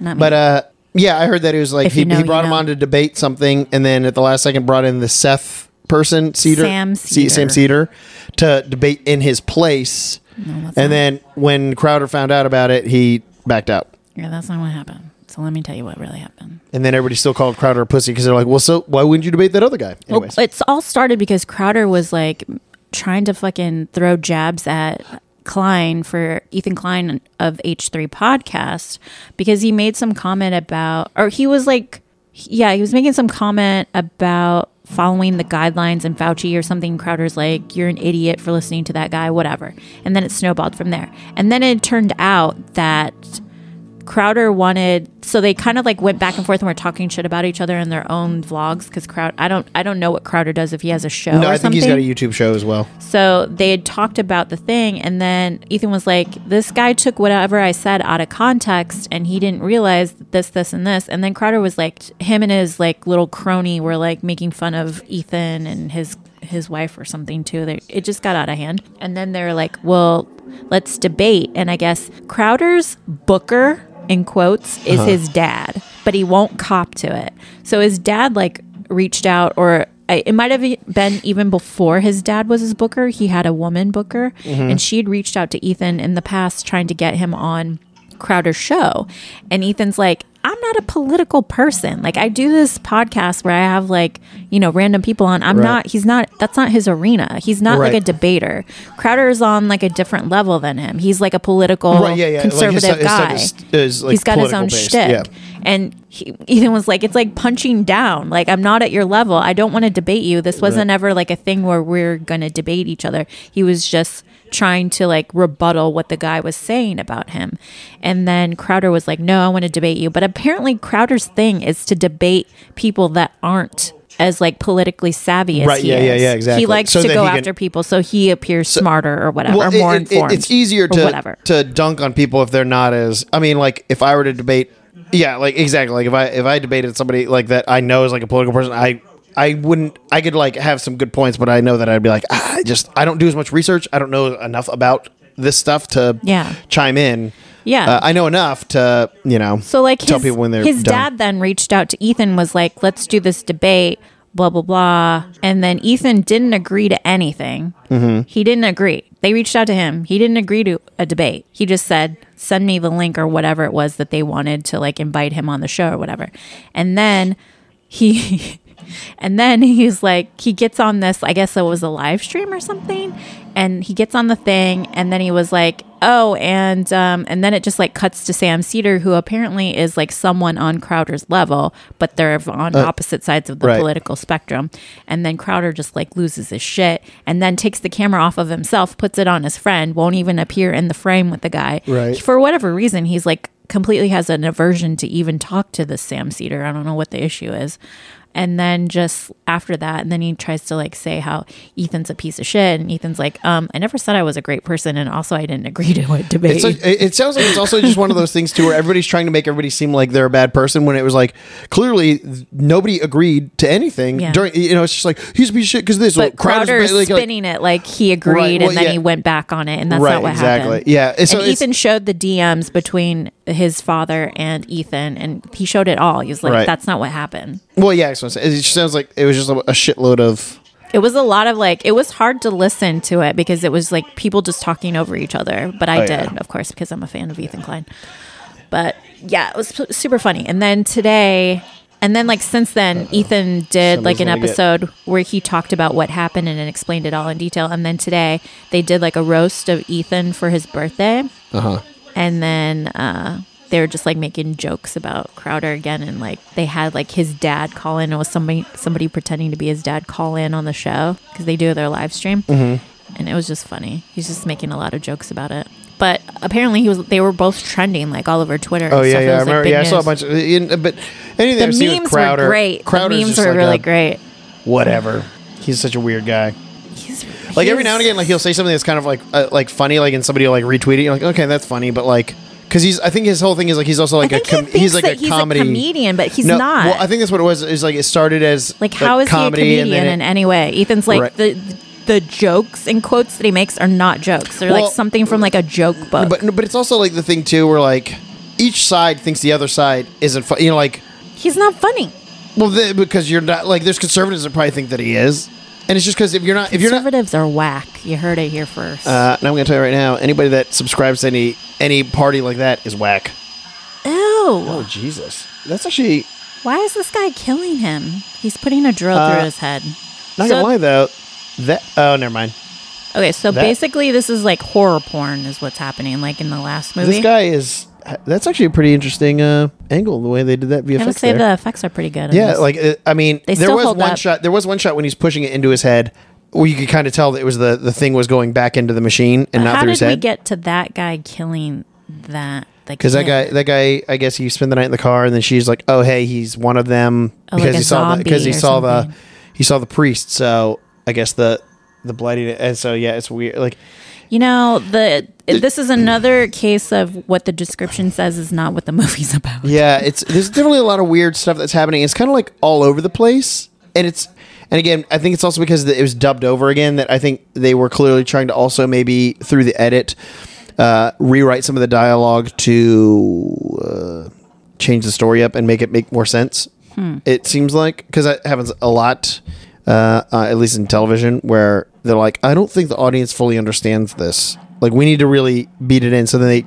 Not me.
but uh, yeah, I heard that it was like
If
he,
you know,
he
you
brought him
know.
on to debate something, and then at the last second brought in the Seth person, Cedar,
Sam
Ce- Sam Cedar, to debate in his place. and
that's not-
then when Crowder found out about it, he backed out.
yeah, that's not what happened. So let me tell you what really happened.
And then everybody still called Crowder a pussy because they're like, well, so why wouldn't you debate that other guy?
Well,
Anyways,
Oh, it's all started because Crowder was like trying to fucking throw jabs at Klein for Ethan Klein of H3 podcast because he made some comment about, or he was like, yeah, he was making some comment about following the guidelines and Fauci or something. Crowder's like, you're an idiot for listening to that guy, whatever. And then it snowballed from there. And then it turned out that Crowder wanted so they kind of like went back and forth and were talking shit about each other in their own vlogs because Crowd I don't I don't know what Crowder does if he has a show
no,
or
I think
something.
he's got a YouTube show as well.
so they had talked about the thing and then Ethan was like, This guy took whatever I said out of context and he didn't realize this, this, and this and then Crowder was like him and his like little crony were like making fun of Ethan and his his wife or something too. They, it just got out of hand. And then they're like, Well, let's debate. And I guess Crowder's booker in quotes is his dad, but he won't cop to it. So his dad like reached out or I, it might have e-, been even before his dad was his booker. He had a woman booker
Mm-hmm.
and she had reached out to Ethan in the past trying to get him on Crowder's show. And Ethan's like, I'm not a political person. Like I do this podcast where I have like, you know, random people on. I'm
Right.
not he's not that's not his arena. He's not like
Right.
a debater. Crowder is on like a different level than him. He's like a political
Right, yeah, yeah. Like, his
conservative
stuff- his stuff
guy.
is- is, like,
he's got his own
political-based,
shtick.
yeah.
And he, <laughs> Ethan was like, it's like punching down. Like I'm not at your level. I don't want to debate you. This wasn't ever like a thing where we're gonna debate each other. He was just trying to like rebuttal what the guy was saying about him. And then Crowder was like, no, I want to debate you. But apparently Crowder's thing is to debate people that aren't as like politically savvy as
Right,
he
yeah,
is.
yeah, yeah,
He
exactly.
likes
So
to
that
go
he can-
after people so he appears smarter or whatever, or more
it- it-
informed.
It's easier
or
to
whatever.
to dunk on people if they're not as. I mean, like if I were to debate, yeah, like exactly. Like if I if I debated somebody like that I know is like a political person, I I wouldn't. I could like have some good points, but I know that I'd be like, "Ah, I just I don't do as much research. I don't know enough about this stuff to
Yeah.
chime in.
Yeah.
uh, I know enough to you know.
So like
tell
his,
people when they're
his
done.
dad then reached out to Ethan was like, "Let's do this debate." Blah blah blah, and then Ethan didn't agree to anything.
Mm-hmm.
He didn't agree. They reached out to him. He didn't agree to a debate. He just said, "Send me the link or whatever it was that they wanted to like invite him on the show or whatever." And then he <laughs> and then he's like he gets on this i guess it was a live stream or something and he gets on the thing and then he was like oh and um and then it just like cuts to sam cedar who apparently is like someone on crowder's level but they're on opposite sides of the
Uh, right.
political spectrum and then crowder just like loses his shit and then takes the camera off of himself puts it on his friend won't even appear in the frame with the guy
Right.
for whatever reason he's like completely has an aversion to even talk to this sam cedar i don't know what the issue is and then just after that and then he tries to like say how ethan's a piece of shit and ethan's like um i never said i was a great person and also i didn't agree to a debate
It's like, it it sounds like it's also just one of those things too, where everybody's trying to make everybody seem like they're a bad person when it was like clearly th- nobody agreed to anything
Yeah.
during. You know, it's just like he's a piece of shit because this.
but
Crowder's
Crowder's
ba- like- like-
spinning it like he agreed,
Right, well,
and then
yeah.
he went back on it, and that's
Right,
not what
exactly.
happened.
Yeah, so
and
it's-
Ethan showed the DMs between his father and Ethan, and he showed it all. He was like,
Right. "That's
"That's not what happened."
well, yeah, that's what I'm saying. it just sounds like it was just a, a shitload of.
It was a lot of like, it was hard to listen to it because it was like people just talking over each other. But I
Oh, yeah.
did, of course, because I'm a fan of Ethan Klein. But yeah, it was su- super funny. And then today, and then like since then, Ethan did
Somebody's
like an
gonna get-
episode where he talked about what happened and then explained it all in detail. And then today, they did like a roast of Ethan for his birthday. And then uh, they were just like making jokes about Crowder again, and like they had like his dad call in. It was somebody somebody pretending to be his dad call in on the show because they do their live stream,
Mm-hmm.
and it was just funny. He's just making a lot of jokes about it. But apparently, he was. They were both trending like all over Twitter. and
Oh yeah,
stuff. It
yeah, I
was, like,
remember.
big
yeah, I saw a
news.
bunch of. In, but anything I've
The
seen
memes
with Crowder,
were great.
Crowder's
the memes
just
were
like
really
a-
great.
Whatever. He's such a weird guy.
He's,
Like every
he's-
now and again, like he'll say something that's kind of like uh, like funny, like and somebody will like retweet it. You're like, okay, that's funny, but like because he's I think his whole thing is like he's also
I
like
think
a com-
he thinks
he's like a
that he's
comedy
a comedian, but he's not.
Well, I think that's what it was. Is like it started as
Like, how is he a comedian
then
in
it-
any way? Ethan's like
Right.
the the jokes and quotes that he makes are not jokes. They're
Well,
like something from like a joke book.
but no, but it's also like the thing too, where like each side thinks the other side isn't fun. You know, like
He's not funny.
well, the, because you're not like there's conservatives that probably think that he is, and it's just because if you're not if you're not.
Conservatives are whack. You heard it here first.
Uh, and I'm going to tell you right now, anybody that subscribes to any any party like that is whack.
Ew.
Oh, Jesus, that's actually
Why is this guy killing him? He's putting a drill
Uh,
through his head.
Not
So-
gonna lie though, that oh never mind.
Okay, so
that-
basically this is like horror porn is what's happening like in the last movie.
This guy is that's actually a pretty interesting uh, angle the way they did that VFX.
I would say
there.
the effects are pretty good. in
yeah,
this.
like uh, I mean,
They
there
still
was
hold
one
up.
shot. There was one shot when he's pushing it into his head, where you could kind of tell that it was the the thing was going back into the machine and not
how
through
did
his
we
head.
get to that guy killing that?
Because that guy, that guy, I guess he spent the night in the car, and then she's like, "Oh, hey, he's one of them,"
Oh, like a
he saw
zombie
because he
or
saw the
something.
he saw the priest. So I guess the the bloody and so yeah, it's weird. Like
You know, the this is another case of what the description says is not what the <laughs> movie's about.
Yeah, it's there's definitely a lot of weird stuff that's happening. It's kind of like all over the place, and it's and again, I think it's also because it was dubbed over again that I think they were clearly trying to also maybe through the edit uh, rewrite some of the dialogue to uh, change the story up and make it make more sense. It seems like because that happens a lot, uh, uh, at least in television, where they're like, I don't think the audience fully understands this. Like, we need to really beat it in. So then they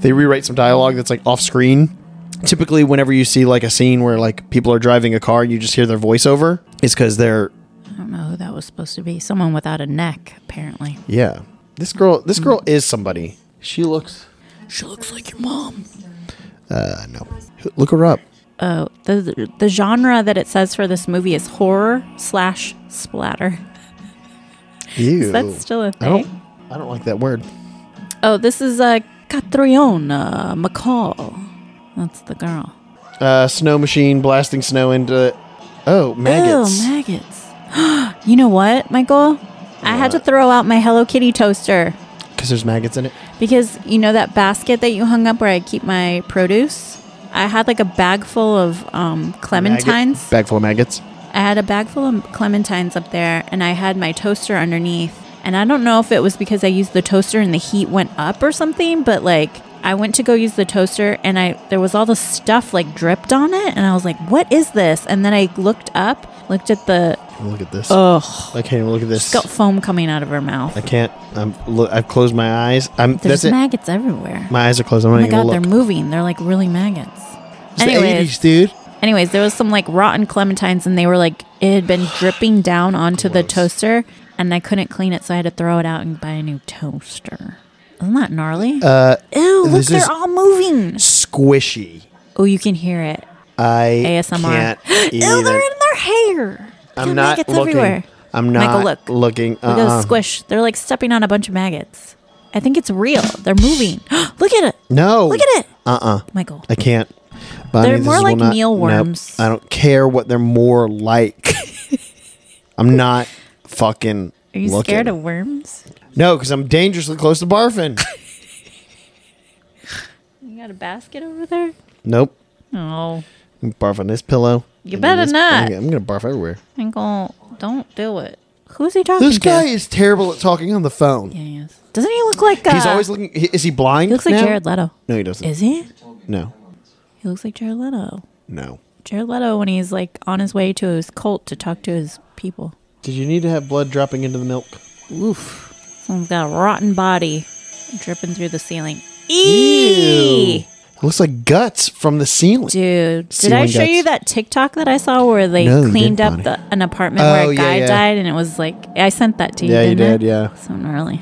they rewrite some dialogue that's like off screen typically whenever you see like a scene where like people are driving a car and you just hear their voiceover, it's because they're
I don't know who that was supposed to be. Someone without a neck, apparently.
yeah. This girl, this girl is somebody. Hmm. She looks.
She looks like your mom.
Uh, no, look her up.
Oh, the the genre that it says for this movie is horror slash splatter.
Ew.
Is that still a
I don't.
thing?
I don't like that word.
Oh, this is uh, Catriona uh, McCall. That's the girl.
Uh, snow machine blasting snow into. Oh, maggots.
Ew, maggots. <gasps> you know what, Michael? I had to throw out my Hello Kitty toaster
Because there's maggots in it.
because you know that basket that you hung up where I keep my produce. I had like a bag full of um,
Maggot-
clementines.
Bag full of maggots.
I had a bag full of clementines up there, and I had my toaster underneath. And I don't know if it was because I used the toaster and the heat went up or something, but like I went to go use the toaster, and I there was all the stuff like dripped on it, and I was like, "What is this?" And then I looked up, looked at the
Look at this.
oh,
I can't even look at this.
got foam coming out of her mouth.
I can't. I'm. Look, I've closed my eyes. I'm.
There's
that's it.
maggots everywhere.
My eyes are closed. I'm
oh
not
my
even
god,
gonna
they're
look.
moving. They're like really maggots.
It's the 80s, dude.
Anyways, there was some like rotten clementines, and they were like it had been dripping down onto the toaster, and I couldn't clean it, so I had to throw it out and buy a new toaster. Isn't that gnarly?
Uh,
Ew! Look,
this is-
they're all moving.
squishy.
Oh, you can hear it.
I
ASMR. <gasps>
can't
Ew!
even-
They're in their hair.
I'm
Got
not
maggots
looking.
everywhere.
I'm
Michael,
not
look.
looking.
Look at
Uh-uh.
those squish. They're like stepping on a bunch of maggots. I think it's real. They're moving. <gasps> look at it.
No.
Look at it.
Uh-uh.
Michael.
I can't. Bonnie,
They're
this
more
will
like
not-
mealworms.
Nope. I don't care what they're more
<laughs>
like. I'm not fucking.
Are you
looking.
scared of worms?
No, because I'm dangerously close to barfing.
<laughs> You got a basket over there?
nope.
Oh,
I'm gonna barf on this pillow.
You
And then
better
this-
not.
I'm gonna- I'm gonna barf everywhere.
Michael, don't do it. Who's he talking
This
to?
guy is terrible at talking on the phone.
Yeah, he is. Doesn't he look like? Uh,
He's always looking. he- Is he blind?
He looks like
now?
Jared Leto.
No, he doesn't.
Is he?
no,
He looks like Jared Leto.
no.
Jared Leto when he's like on his way to his cult to talk to his people.
Did you need to have blood dropping into the milk? Oof.
Someone's got a rotten body dripping through the ceiling. Eee!
It looks like guts from the ceiling.
Dude, did
Ceiling
I show you
guts.
that TikTok that I saw where they
No, you
cleaned
didn't, Bonnie.
up the, an apartment
Oh,
where a
yeah,
guy
yeah.
died and it was like I sent that to you.
Yeah, you
didn't
did,
I?
yeah.
Something early.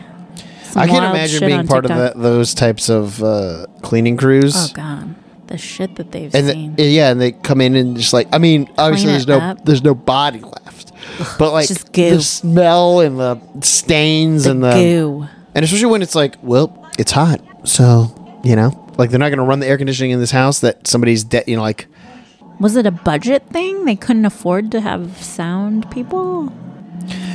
I can't imagine being part of that, those types of uh, cleaning crews.
Oh god, the shit that they've
and
seen.
the- yeah, and they come in and just like I mean, obviously
Clean
there's
it
no
up.
there's no body left, but like
just goo.
the smell and the stains and the
goo.
and especially when it's like, well, it's hot, so you know, like they're not gonna run the air conditioning in this house that somebody's dead. You know, like
Was it a budget thing? They couldn't afford to have sound people?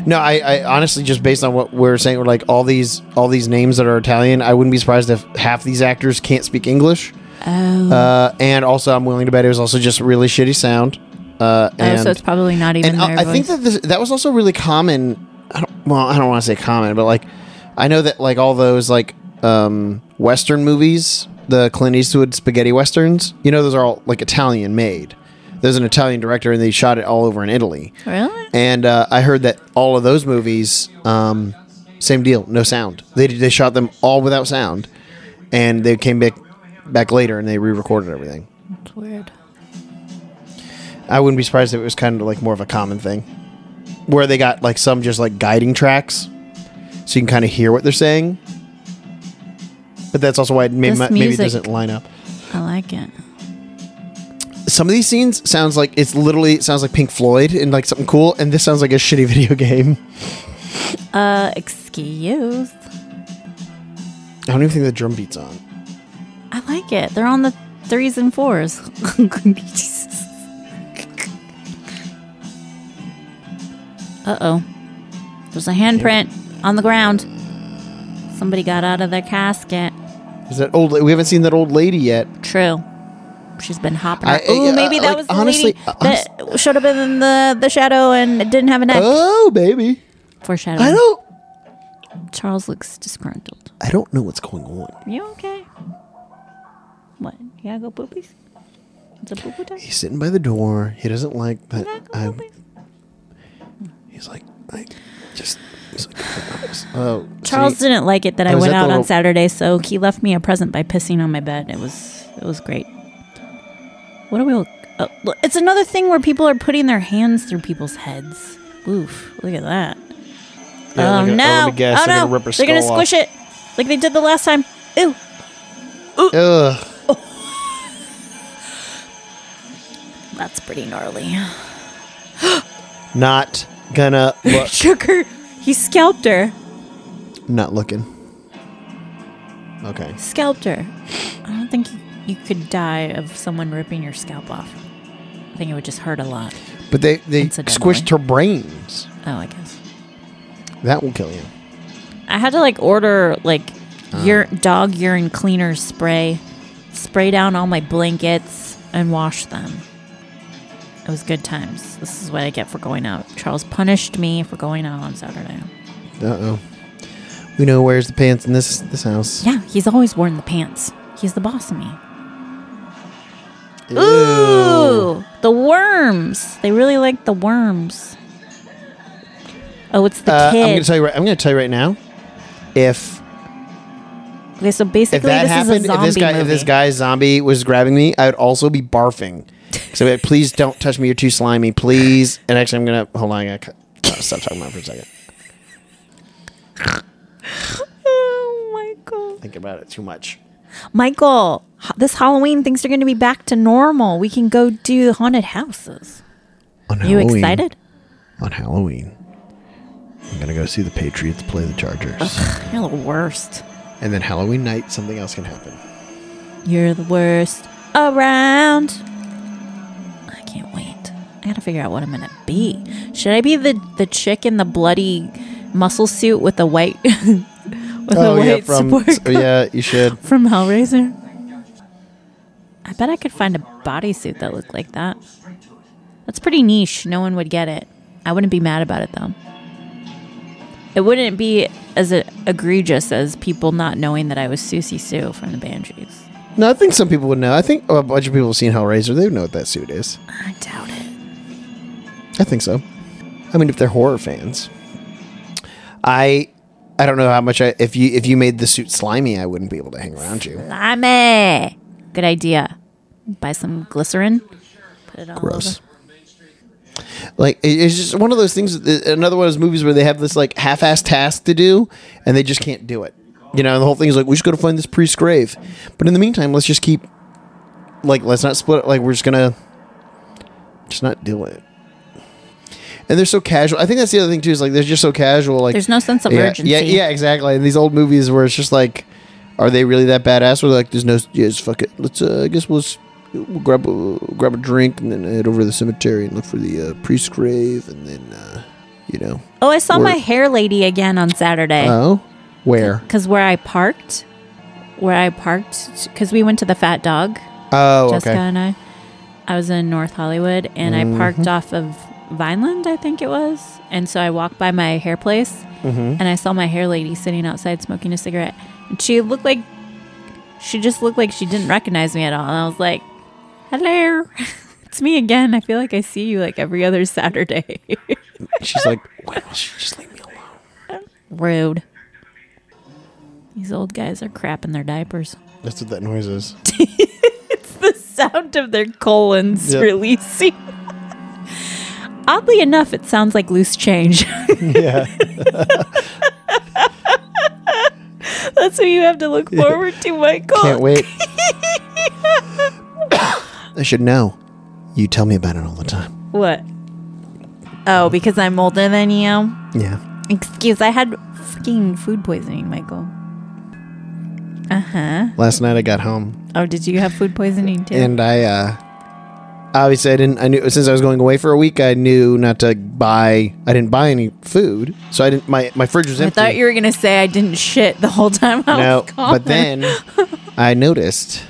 no, I, I honestly just based on what we're saying, we're like all these all these names that are Italian. I wouldn't be surprised if half these actors can't speak English.
Oh.
Uh, and also, I'm willing to bet it was also just really shitty sound. Uh,
oh,
and
so it's probably not even
and
their
I, I think
voice.
that this, that was also really common. I don't, well, I don't want to say common, but like I know that like all those like um, Western movies, the Clint Eastwood spaghetti westerns, you know, those are all like Italian made. There's an Italian director, and they shot it all over in Italy.
Really?
And uh, I heard that all of those movies, um, same deal, no sound. They they shot them all without sound, and they came back back later and they re-recorded everything.
It's weird.
I wouldn't be surprised if it was kind of like more of a common thing where they got like some just like guiding tracks so you can kind of hear what they're saying. But that's also why it may,
This
maybe it
music-
doesn't line up.
I like it.
Some of these scenes sounds like it's literally it sounds like Pink Floyd and like something cool, and this sounds like a <laughs> shitty video game.
Uh, excuse.
I don't even think the drum beat's on.
I like it. They're on the threes and fours. uh oh. There's a handprint on the ground. Somebody got out of their casket.
Is that old? We haven't seen that old lady yet.
True. She's been hopping.
I-
around. Ooh,
I-
maybe
I-
that
like,
was the
honestly- uh,
lady that showed up in the, the shadow and it didn't have a neck.
Oh, baby. I
Foreshadowing.
don't.
Charles looks disgruntled.
I don't know what's going on.
You okay? What? You gotta go poopies? It's a poo poo time.
He's sitting by the door. He doesn't like that.
You gotta go
I'm,
poopies.
he's like, I just. He's like,
<laughs>
oh,
Charles
see?
didn't like it that I
Oh, is
went
that the
out on
little-
Saturday, so he left me a present by pissing on my bed. It was it was great. What are we? Oh, look, it's another thing where people are putting their hands through people's heads. Oof! Look at that.
Yeah,
oh
they're gonna-
no!
let me guess,
oh
they're
no!
gonna rip her
they're gonna
skull off.
squish it like they did the last time. Ooh!
Ugh.
That's pretty gnarly.
Not gonna
<laughs>
look.
Shook her. He scalped her.
Not looking. Okay.
Scalped her. I don't think you, you could die of someone ripping your scalp off. I think it would just hurt a lot.
But they, they
Incidentally.
squished her brains.
Oh, I guess.
That will kill you.
I had to like order like
Uh.
ur- dog urine cleaner spray, spray down all my blankets and wash them. It was good times. This is what I get for going out. Charles punished me for going out on Saturday.
Uh oh. We know who wears the pants in this this house.
Yeah, he's always worn the pants. He's the boss of me.
Ew.
Ooh, the worms. They really like the worms. Oh, it's the
Uh, I'm
kid.
gonna tell you. Right, I'm gonna tell you right now. If
okay, so basically,
if that
this
happened,
is a
if
zombie
this guy,
movie.
if this guy zombie was grabbing me, I would also be barfing. So like, please don't touch me. You're too slimy. Please. And actually, I'm gonna hold on. I gotta cut- uh, stop talking about it for a second.
oh, Michael.
Think about it too much.
Michael, h- this Halloween things are going to be back to normal. We can go do haunted houses.
On
Are you excited? <sighs>
On Halloween, I'm gonna go see the Patriots play the Chargers.
You're the worst.
And then Halloween night, something else can happen.
You're the worst around. I can't wait. I gotta figure out what I'm gonna be. Should I be the the chick in the bloody muscle suit with the white <laughs> with the
Oh,
white
from
sport coat
yeah, you
<laughs>
should.
from Hellraiser? I bet I could find a bodysuit that looked like that. That's pretty niche. No one would get it. I wouldn't be mad about it though. It wouldn't be as uh, egregious as people not knowing that I was Susie Sue from the Banshees.
No, I think some people would know. I think a bunch of people have seen Hellraiser. They would know what that suit is.
I doubt it.
I think so. I mean, if they're horror fans, I I don't know how much I if you if you made the suit slimy, I wouldn't be able to hang around you.
Lame. Good idea. Buy some glycerin. Put it on.
Gross. Like it- it's just one of those things. uh, Another one of those movies where they have this like half-ass task to do, and they just can't do it. You know, and the whole thing is like we just got to find this priest's grave. But in the meantime, let's just keep like let's not split. it. Like we're just gonna just not do it. And they're so casual. I think that's the other thing too. Is like they're just so casual. Like
There's no sense of
yeah,
urgency.
Yeah, yeah, exactly. And these old movies where it's just like, are they really that badass? Where like, there's no, yeah, just fuck it. Let's, uh, I guess we'll, s- we'll grab a grab a drink and then head over to the cemetery and look for the uh, priest's grave and then, uh, you know,
Oh, I saw
We're-
my hair lady again on Saturday.
oh, where?
Because where I parked, where I parked, because we went to the Fat Dog,
Oh,
Jessica
okay.
and I. I was in North Hollywood and I parked off of Vineland, I think it was. And so I walked by my hair place and I saw my hair lady sitting outside smoking a cigarette. And she looked like, she just looked like she didn't recognize me at all. And I was like, hello. <laughs> It's me again. I feel like I see you like every other Saturday. <laughs>
<laughs> She's like, why don't you just leave me alone?
Rude. These old guys are crapping their diapers.
That's what that noise is.
the sound of their colons
Yep.
releasing. Oddly enough, it sounds like loose change.
<laughs>
<laughs>
yeah.
That's what you have to look forward to, Michael.
Can't wait. I should know. You tell me about it all the time.
<laughs> What? Oh, because I'm older than you?
Yeah.
Excuse, I had freaking food poisoning, Michael. Uh huh.
Last night I got home
Oh, did you have food poisoning too?
and I uh obviously I didn't I knew since I was going away for a week I knew not to buy I didn't buy any food so I didn't my my fridge was
I
empty.
thought you were gonna say I didn't shit the whole time I
no,
was gone.
but then I noticed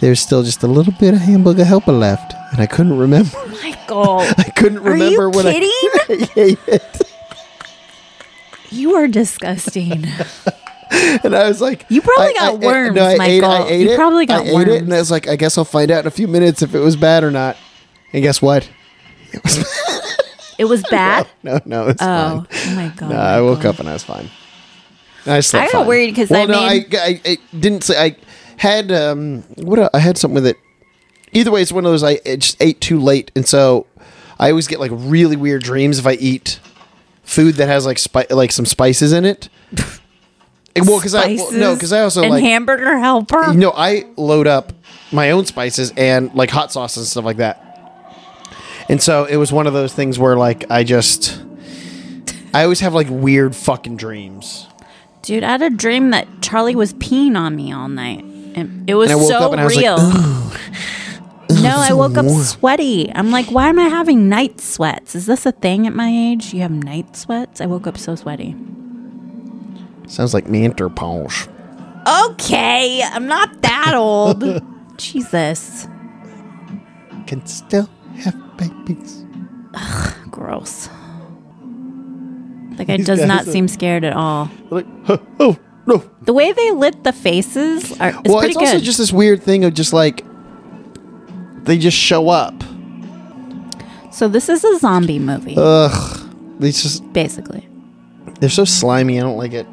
there's still just a little bit of hamburger helper left and I couldn't remember
<laughs>
<laughs>
Michael,
I couldn't
are
remember
you
what <laughs>
kidding?
I ate it
You
<laughs>
are disgusting.
and I was like
You probably
I-
got
I ate-
worms,
no, I ate, I
Michael.
ate
You
it.
probably got
I ate it and I
worms.
was like I guess I'll find out in a few minutes if it was bad or not and guess what it was <laughs>
It was bad.
no no it's fine.
Oh, oh my god!
No, I woke
Michael.
up and I was fine. I slept.
I got
fine.
worried 'cause
well,
I
no,
made-
I, I, I didn't say I had um what el- I had something with it. either way, it's one of those I it just ate too late, and so I always get like really weird dreams if I eat food that has like spi- like some spices in it. <laughs> And, well, because I well, no, because I also
and
like
hamburger helper.
no, I load up my own spices and like hot sauce and stuff like that. And so it was one of those things where like I just I always have like weird fucking dreams.
Dude, I had a dream that Charlie was peeing on me all night. And it was
And I woke
so
up and I was like,
real. no, I woke up sweaty. I'm like, why am I having night sweats? Is this a thing at my age? You have night sweats? I woke up so sweaty.
Sounds like Manterponge.
Okay, I'm not that
<laughs>
old. Jesus.
Can still have babies.
Gross. Like I does not seem scared at all.
Like, huh, oh no.
The way they lit the faces are is
well,
pretty
it's also
good.
just this weird thing of just like they just show up.
so this is a zombie movie,
Ugh. It's just
basically.
they're so slimy. I don't like it.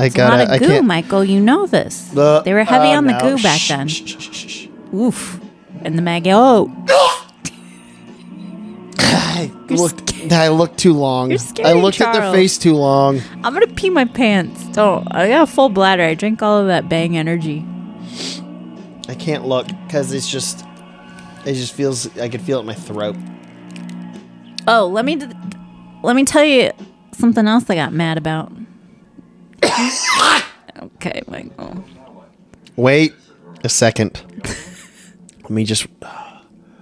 I
It's not
gotta.
a
I
goo,
can't.
Michael. You know this.
Uh,
they were heavy
uh,
on the
no.
goo back
Shh,
then.
shh, shh, shh, shh.
Oof. And the Maggie. Oh,
I looked. I looked too long.
You're scaring
I looked at their
Charles.
face too long.
I'm gonna pee my pants. Don't. I got a full bladder. I drink all of that Bang energy.
I can't look because it's just. It just feels. I could feel it in my throat.
Oh, let me d- let me tell you something else I got mad about. <coughs> okay, Michael.
Wait a <laughs> second. Let me just. Let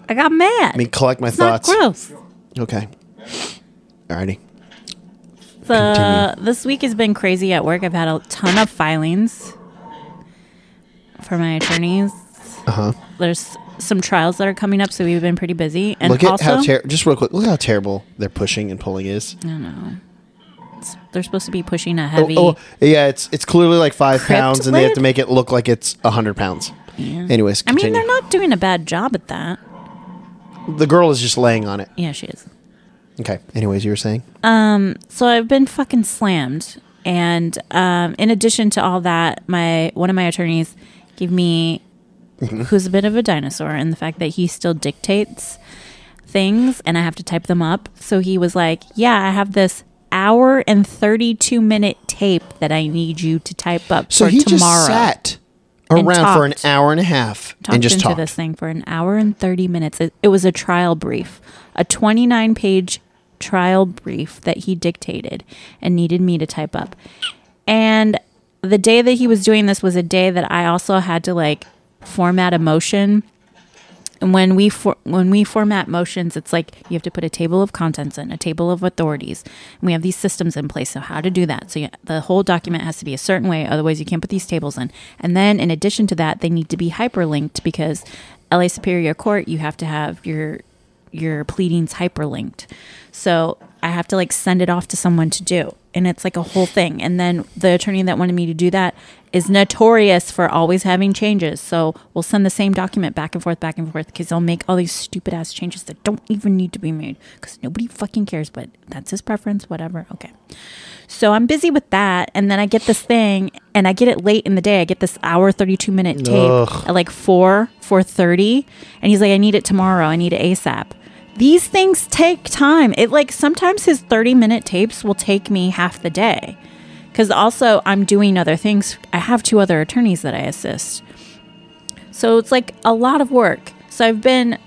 I got mad.
me collect my
it's not
thoughts.
gross.
Okay. Alrighty.
The, this week has been crazy at work. I've had a ton of filings for my attorneys.
Uh huh.
There's some trials that are coming up, so we've been pretty busy. And
Look at
also,
how ter- just real quick. Look how terrible their pushing and pulling is.
I don't know. It's- They're supposed to be pushing a
Oh,
heavy.
oh, yeah, it's it's clearly like five
Crypt
pounds, and they have
lid?
to make it look like it's a hundred pounds. Anyways,
I mean,
continue.
they're not doing a bad job at that.
the girl is just laying on it.
Yeah, she is.
Okay. Anyways, you were saying.
Um, so I've been fucking slammed, and um, in addition to all that, my one of my attorneys
<laughs>
gave me, who's a bit of a dinosaur, and the fact that he still dictates things, and I have to type them up. So he was like, "Yeah, I have this." Hour and thirty-two minute tape that I need you to type up
So
for
he just
tomorrow.
sat around for an
talked.
hour and a half
talked
and just
into
talked.
this thing for an hour and 30 minutes. It, it was a trial brief, a 29 page trial brief that he dictated and needed me to type up. And the day that he was doing this was a day that I also had to like format a motion. And when we for, when we format motions, it's like you have to put a table of contents in, a table of authorities. And we have these systems in place. So how to do that? So you, the whole document has to be a certain way. Otherwise, you can't put these tables in. And then, in addition to that, they need to be hyperlinked because LA Superior Court, you have to have your your pleadings hyperlinked. So I have to like send it off to someone to do. And it's like a whole thing. And then the attorney that wanted me to do that is notorious for always having changes. So we'll send the same document back and forth, back and forth, because they'll make all these stupid ass changes that don't even need to be made because nobody fucking cares. But that's his preference, whatever. Okay. So I'm busy with that. And then I get this thing and I get it late in the day. I get this hour 32 minute tape
Ugh.
at like 4, 4.30. And he's like, I need it tomorrow. I need it ASAP. These things take time. It like sometimes his 30 minute tapes will take me half the day. Because also I'm doing other things. I have two other attorneys that I assist. So it's like a lot of work. So I've been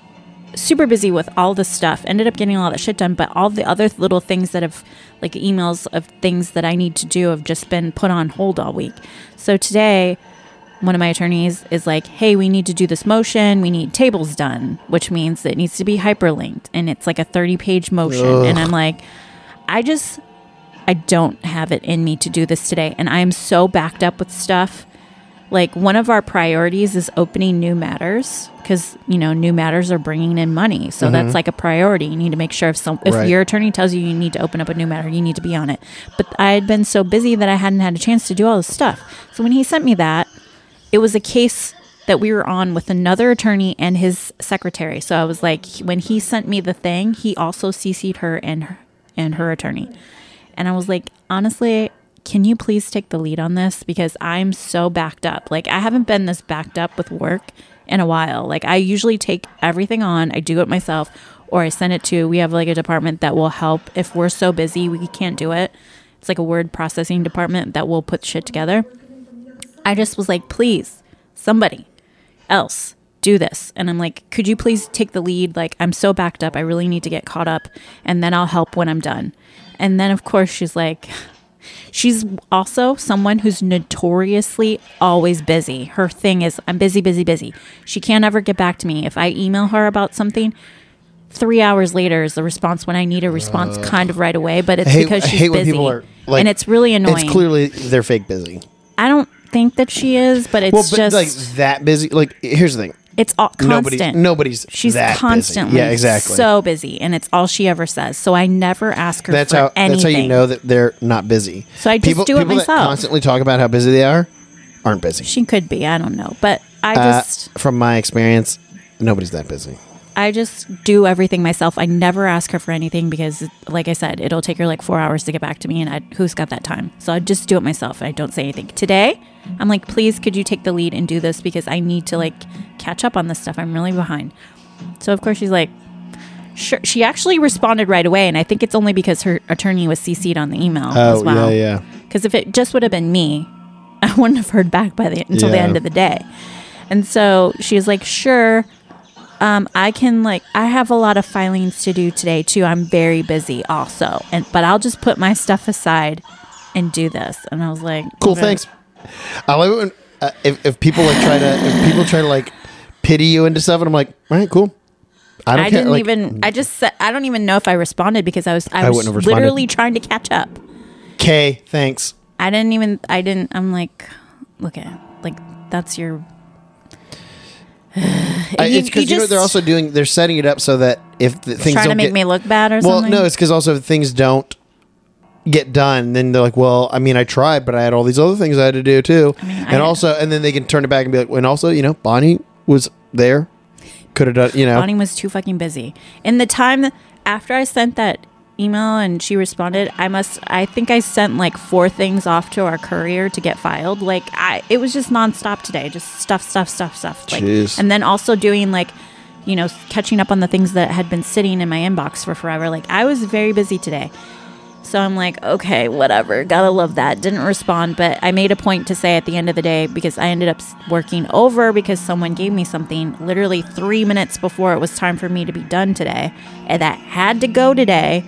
super busy with all this stuff. Ended up getting all that shit done, but all the other little things that have, like emails of things that I need to do, have just been put on hold all week. So today, one of my attorneys is like, hey, we need to do this motion. We need tables done, which means it needs to be hyperlinked. And it's like a 30 page motion. And I'm like, I just, I don't have it in me to do this today. And I am so backed up with stuff. Like, one of our priorities is opening new matters because, you know, new matters are bringing in money. So that's like a priority. You need to make sure if some, if
Right.
your attorney tells you you need to open up a new matter, you need to be on it. But I had been so busy that I hadn't had a chance to do all this stuff. So when he sent me that, it was a case that we were on with another attorney and his secretary. So I was like, when he sent me the thing, he also cc'd her and her, and her attorney, and I was like, honestly, can you please take the lead on this because I'm so backed up. Like I haven't been this backed up with work in a while. Like I usually take everything on, I do it myself, or I send it to. We have like a department that will help if we're so busy we can't do it. It's like a word processing department that will put shit together. I just was like, please, somebody else do this. And I'm like, could you please take the lead? Like, I'm so backed up. I really need to get caught up and then I'll help when I'm done. And then, of course, she's like, <laughs> she's also someone who's notoriously always busy. Her thing is, I'm busy, busy, busy. She can't ever get back to me. If I email her about something, Three hours later is the response when I need a response kind of right away, but it's
I hate-
because
I
she's
hate
busy.
when people are, like-
and it's really annoying.
It's clearly they're fake busy.
I don't think that she is, but it's
Well, but
just
like that busy. Like here's the thing.
it's all constant.
Nobody, nobody's.
She's
that busy.
constantly
Yeah, exactly.
so busy, and it's all she ever says. So I never ask her
that's
for
how.
anything.
That's how you know that they're not busy.
So I just
people,
do it
people That
myself.
constantly talk about how busy they are, aren't busy.
she could be. I don't know, but I
Uh,
just
from my experience, nobody's that busy.
I just do everything myself. I never ask her for anything because, like I said, it'll take her like four hours to get back to me, and I, who's got that time? So I just do it myself. and I don't say anything. Today, I'm like, please, could you take the lead and do this because I need to like catch up on this stuff. I'm really behind. So of course she's like, sure. She actually responded right away, and I think it's only because her attorney was cc'd on the email as well.
Oh, yeah,
Because if it just would have been me, I <laughs> wouldn't have heard back by the until the
Yeah.
end of the day. And so she was like, "Sure, um, I can like I have a lot of filings to do today too. I'm very busy also, and but I'll just put my stuff aside and do this." And I was like,
Cool.
"Okay."
Thanks. I love it when uh, if, if people like try to if people try to like pity you into stuff, and I'm like, all right, cool. I don't
I
care.
didn't
like,
even. I just. Said, I don't even know if I responded because I was. I,
I
was
wouldn't have responded.
literally trying to catch up.
K. Thanks.
I didn't even. I didn't. I'm like, look at like that's your.
I,
You-
it's because
you
you, know what they're
just-
also doing. They're setting it up so that if the things
Trying to
don't
make
get,
me look bad or
well,
something.
no, it's because also if things don't get done, then they're like, well, I mean, I tried, but I had all these other things I had to do too, and
I-
also, and then they can turn it back and be like, and also, you know, Bonnie was there, could have done, you know,
Bonnie was too fucking busy. In the time after I sent that email and she responded, I must I think I sent like four things off to our courier to get filed. Like I it was just nonstop today, just stuff, stuff, stuff, stuff. Like
Jeez.
and then also doing like you know, catching up on the things that had been sitting in my inbox for forever. Like I was very busy today. So I'm like, okay, whatever. Gotta love that. Didn't respond, but I made a point to say at the end of the day because I ended up s- working over because someone gave me something literally three minutes before it was time for me to be done today, and that had to go today.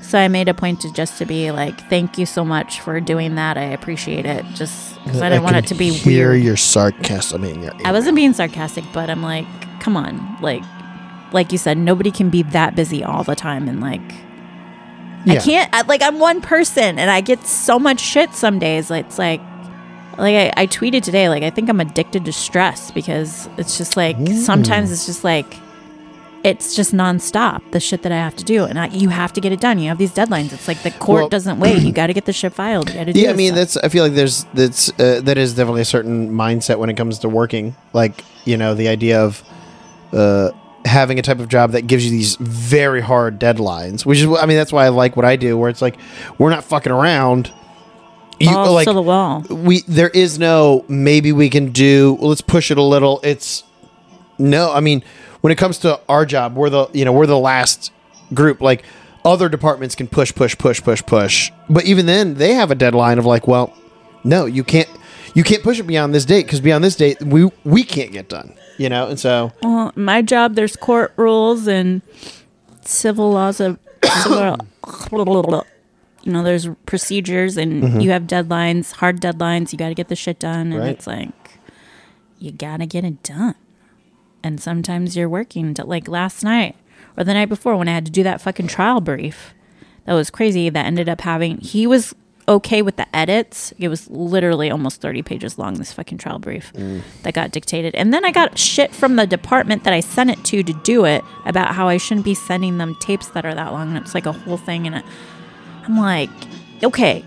So I made a point to just to be like, thank you so much for doing that. I appreciate it. Just because I didn't want
can
it to be
hear
weird.
your sarcasm in your.
I wasn't being sarcastic, but I'm like, come on, like, like you said, nobody can be that busy all the time, and like, I
Yeah.
can't. I, like, I'm one person, and I get so much shit some days. It's like, like I, I tweeted today, like I think I'm addicted to stress because it's just like sometimes it's just like. It's just nonstop the shit that I have to do, and I, you have to get it done. You have these deadlines. It's like the court
Well-
doesn't wait. You got to get the shit filed. You got to do.
Yeah, I
this
mean
stuff.
that's. I feel like there's that's uh, that is definitely a certain mindset when it comes to working. Like you know the idea of uh, having a type of job that gives you these very hard deadlines, which is wh- I mean that's why I like what I do, where it's like we're not fucking around. You
balls
like
to Oh, the wall.
we there is no maybe we can do well, let's push it a little. It's no, I mean when it comes to our job, we're the you know we're the last group like. Other departments can push, push, push, push, push, but even then, they have a deadline of like, well, no, you can't, you can't push it beyond this date because beyond this date, we we can't get done, you know. And so,
Well, my job, there's court rules and civil laws of, <coughs> civil, you know, there's procedures and you have deadlines, hard deadlines. You got to get the shit done, and
Right.
it's like you gotta get it done. And sometimes you're working till like last night or the night before when I had to do that fucking trial brief. That was crazy. That ended up having he was okay with the edits. It was literally almost 30 pages long this fucking trial brief that got dictated. And then I got shit from the department that I sent it to to do it about how I shouldn't be sending them tapes that are that long and it's like a whole thing and it, I'm like, okay,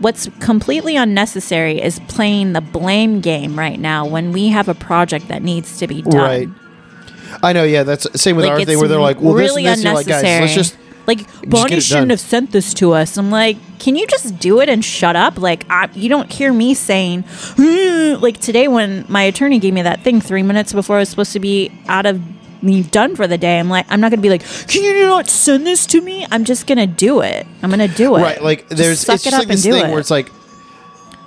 What's completely unnecessary is playing the blame game right now when we have a project that needs to be done.
right, I know, yeah, that's same with
Like,
our thing
it's
where they're like, well,
really
this and this, you're like, guys, let's
unnecessary.
just
Like
get
Bonnie
it done.
shouldn't have sent this to us. I'm like, can you just do it and shut up? Like I, you don't hear me saying, "Hmm," like today when my attorney gave me that thing three minutes before I was supposed to be out of me done for the day. I'm like, I'm not gonna be like, can you not send this to me? I'm just gonna do it. I'm gonna do it.
right like
Just
there's
suck
it's
it
just
up
like
and
this
do
thing
it.
where it's like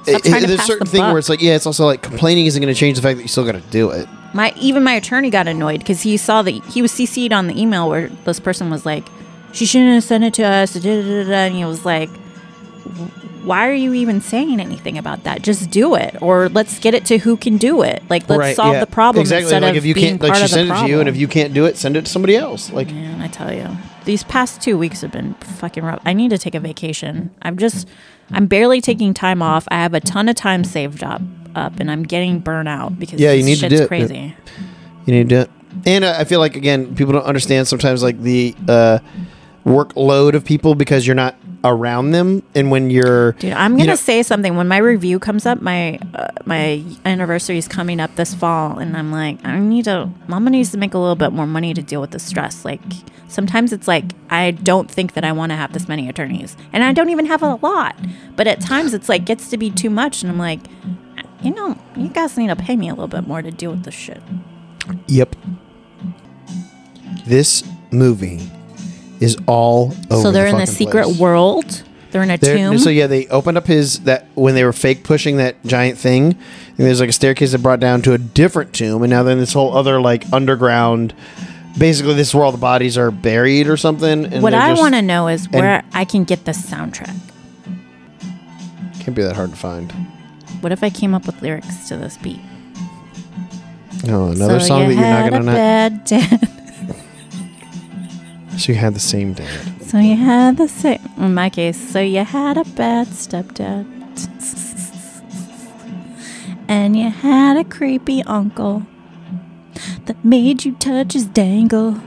Stop trying to
there's
pass
certain
the
thing
buck.
where it's like yeah it's also like complaining isn't going to change the fact that you still got to do it
my even my attorney got annoyed because he saw that he was cc'd on the email where this person was like she shouldn't have sent it to us da, da, da, da," and he was like why are you even saying anything about that just do it or let's get it to who can do it like let's solve
yeah.
the problem
exactly
instead
like
of
if you
being
can't
part
like she
of the
sent it to you and
problem.
if you can't do it send it to somebody else like
Man, I tell you, these past two weeks have been fucking rough. I need to take a vacation. I'm just, I'm barely taking time off. I have a ton of time saved up, up, and I'm getting burnt out because
Yeah,
this
you need to
shit's
do it.
Crazy.
you need to do it and uh, i feel like again people don't understand sometimes like the uh workload of people because you're not around them and when you're
Dude, I'm
you
gonna
know-
say something when my review comes up. My uh, my anniversary is coming up this fall, and I'm like, I need to. Mama needs to make a little bit more money to deal with the stress. Like sometimes it's like I don't think that I want to have this many attorneys, and I don't even have a lot. But at times it's like gets to be too much, and I'm like, you know, you guys need to pay me a little bit more to deal with this shit.
yep this movie is all over
so they're in the
fucking
secret
place.
world. They're in a
They're-
tomb.
So yeah, they opened up his that when they were fake pushing that giant thing. And there's like a staircase that brought down to a different tomb, and now then this whole other like underground. Basically, this is where all the bodies are buried or something. And
what
they're
I
just-
want to know is where I can get the soundtrack.
can't be that hard to find.
What if I came up with lyrics to this beat?
Oh, another song that you're not
had
gonna
a
know.
bad dad.
So you had the same dad.
<laughs> So you had the same. In my case, so you had a bad stepdad, <laughs> and you had a creepy uncle that made you touch his dangle.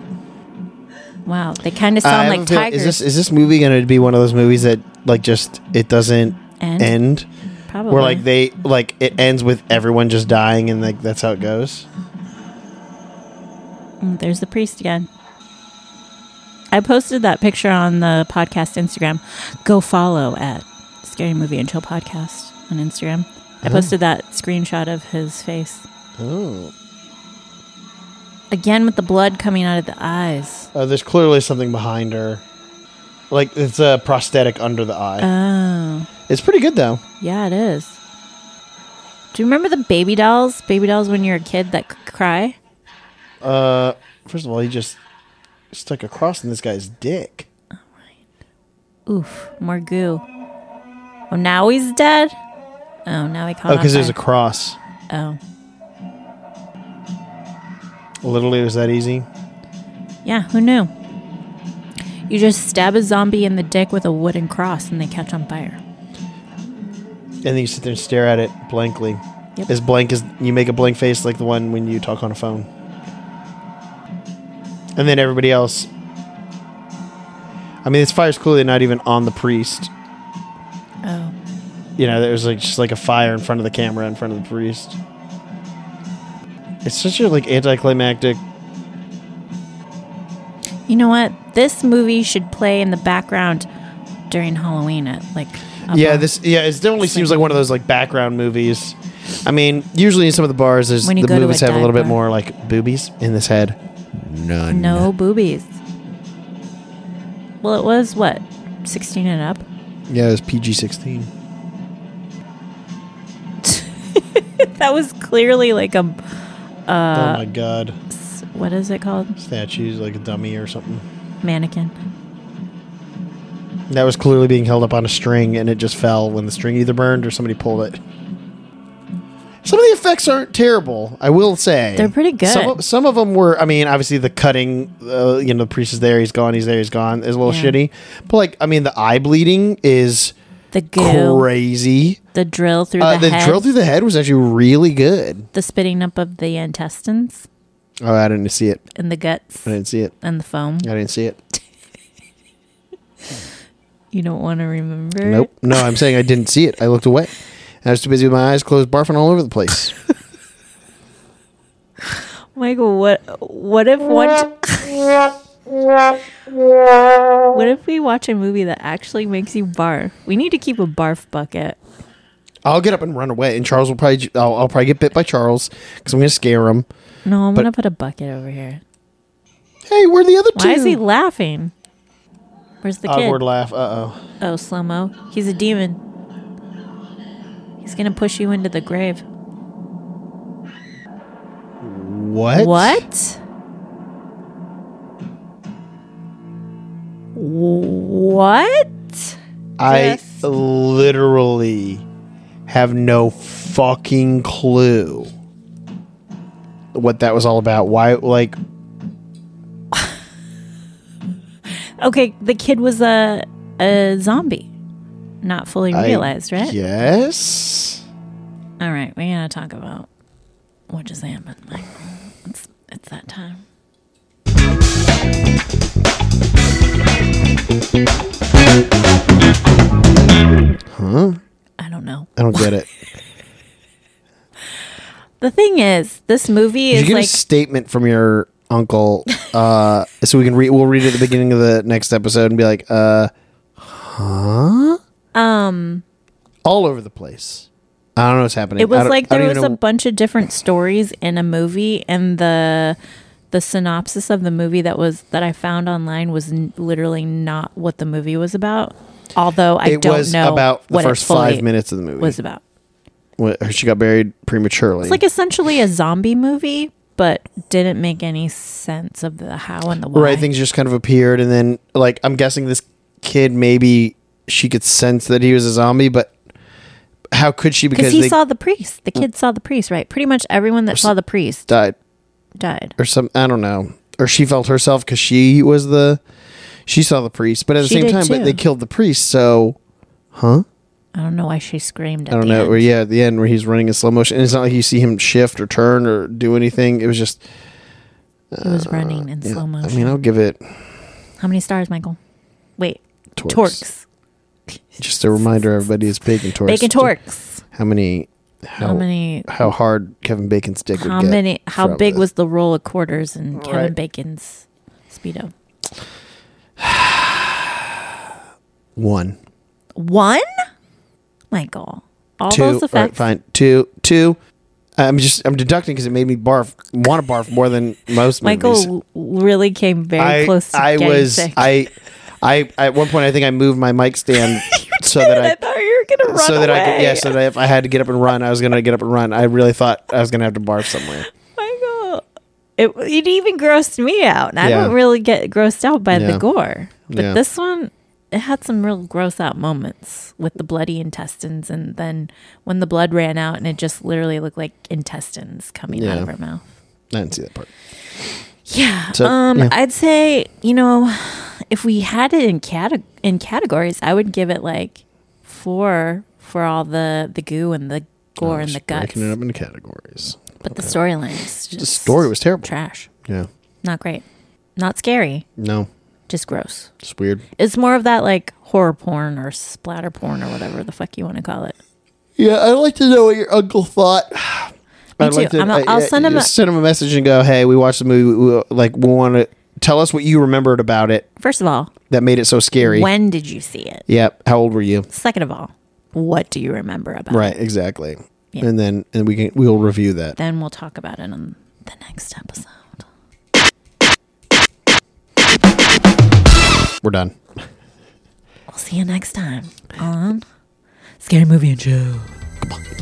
Wow, they kind of
I
sound
have
like
a feeling-
tigers.
Is this is this movie gonna be one of those movies that like just it doesn't
End?
end?
Probably.
Where like they like it ends with everyone just dying and like that's how it goes.
Mm, There's the priest again. I posted that picture on the podcast Instagram. Go follow at Scary Movie and Chill Podcast on Instagram. I posted that screenshot of his face.
Oh.
Again with the blood coming out of the eyes.
Uh, there's clearly something behind her. Like it's a prosthetic under the eye.
Oh,
it's pretty good though.
yeah, it is. Do you remember the baby dolls? Baby dolls when you were a kid that could cry?
Uh, first of all, he just stuck a cross in this guy's dick.
Oof, more goo. Oh, now he's dead? Oh, now he caught
Oh, because there's a
on
cross.
fire. Oh.
Literally, it was that easy.
Yeah, who knew? You just stab a zombie in the dick with a wooden cross and they catch on fire.
And then you sit there and stare at it blankly,
Yep.
as blank as you make a blank face, like the one when you talk on a phone. And then everybody else. I mean, this fire's clearly not even on the priest.
Oh.
you know, there was like just like a fire in front of the camera in front of the priest. It's such a like anticlimactic.
Uh-huh. You know what? This movie should play in the background during Halloween at like a
Yeah,
bar.
this yeah, it definitely seems like one of those like background movies. I mean, usually in some of the bars, there's
When you
the
go to
movies
a
have a
dive
little bit
bar.
more like boobies in this head. None.
no boobies. Well, it was what? 16 and up? <laughs>
Yeah, it was PG sixteen.
That was clearly like a Uh,
oh my god,
what is it called?
statues like a dummy or something.
Mannequin.
That was clearly being held up on a string, and it just fell when the string either burned or somebody pulled it. Some of the effects aren't terrible, I will say.
They're pretty good.
Some of, some of them were. I mean, obviously the cutting. Uh, you know, the priest is there. He's gone. He's there. He's gone. Is a little
Yeah.
shitty. But like, I mean, the eye bleeding is
The goo,
crazy.
the drill through
Uh,
the,
the
head,
drill through the head was actually really good.
the spitting up of the intestines
Oh, I didn't see it.
and the guts
I didn't see it.
and the foam.
I didn't see it.
You don't want to remember. it?
Nope. No, I'm saying I didn't see it. I looked away. I was too busy with my eyes closed, barfing all over the place.
Michael, what what if one t- What if we watch a movie that actually makes you barf? We need to keep a barf bucket.
I'll get up and run away, and Charles will probably. j- I'll, I'll probably get bit by Charles because I'm gonna scare him.
No, I'm
But-
gonna put a bucket over here.
Hey, where are the other two?
Why is he laughing? Where's the kid?
Awkward laugh. Uh oh.
Oh, slow mo. He's a demon. He's gonna push you into the grave.
What?
What? What?
I
Just-
literally have no fucking clue what that was all about. Why? Like,
Okay, the kid was a a zombie, not fully
I-
realized, right?
Yes.
All right, we gotta talk about what just happened. Michael. It's it's that time. Huh? I don't know.
I don't
<laughs>
get it.
The thing is, this movie
Did you
is
get
like
a statement from your uncle, uh, so we can read. We'll read it at the beginning of the next episode and be like, uh, huh?
um.
All over the place. I don't know what's happening. I
It was
don't-
like
I
there
don't
was a
even know-
bunch of different stories in a movie, and the the synopsis of the movie that was that I found online was n- literally not what the movie was about. Although I
It
don't
was
know
about the
what it
first five
fully
minutes of the movie.
was about.
Wh- she got buried prematurely.
It's like essentially a zombie movie, but didn't make any sense of the how and the why.
Right, things just kind of appeared, and then like I'm guessing this kid maybe she could sense that he was a zombie, but how could she?
because
Because
he
they
saw the priest. The kid saw the priest, right? Pretty much everyone that saw the priest
died
died.
or some. I don't know. Or she felt herself because she was the she saw the priest, but at the
She
same
did
time,
too.
but they killed the priest. So
I don't know why she screamed. At
I don't
the
know.
end.
Or yeah, at the end where he's running in slow motion, and it's not like you see him shift or turn or do anything. It was just. uh,
He was running in
yeah,
slow motion.
I mean, I'll give it
How many stars, Michael? Wait,
torques.
Torx.
Just a reminder, everybody is bacon torques.
Bacon Torx.
How many? How,
How many?
How hard Kevin Bacon's dick would
How
get
many? How
from
big
this.
was the roll of quarters in Kevin
Right.
Bacon's speedo?
One.
One, Michael. All
two.
those
all right,
effects.
fine. Two. Two. I'm just I'm deducting because it made me barf. Want to barf more than most
Michael
movies.
w- really came very
I
close. To
I
getting
was
sick.
I I at one point I think I moved my mic stand so that
<laughs> I
I.
thought you were gonna run
So that
away.
I could, yeah, so that if I had to get up and run, I was gonna get up and run. I really thought I was gonna have to barf somewhere.
Michael, it, it even grossed me out. And I
Yeah.
don't really get grossed out by
Yeah.
the gore, but
Yeah.
this one, it had some real gross out moments with the bloody intestines, and then when the blood ran out, and it just literally looked like intestines coming out
Yeah.
of her mouth.
I didn't see that part.
Yeah.
So,
um,
yeah.
I'd say you know, if we had it in cate- in categories, I would give it like four for all the the goo and the gore and
Just
the guts,
Oh, Breaking it up into categories.
but the storyline is just
The story was terrible.
trash.
yeah.
Not great. Not scary.
No.
Just gross.
It's weird.
It's more of that like horror porn or splatter porn or whatever the fuck you want to call it.
Yeah, I'd like to know what your uncle thought. I'd
too.
like to.
I'm a-
I-
I'll
I-
send him
just
a-
send him a message and go, "Hey, we watched the movie. We, we- like, we want to tell us what you remembered about it
First of all,
that made it so scary."
when did you see it?
Yep. How old were you?
Second of all, what do you remember about it?
Right. Exactly.
Yeah.
And then, and we can we'll review that.
Then we'll talk about it on the next episode.
We're done.
We'll see you next time on Scary Movie and Joe.
Goodbye.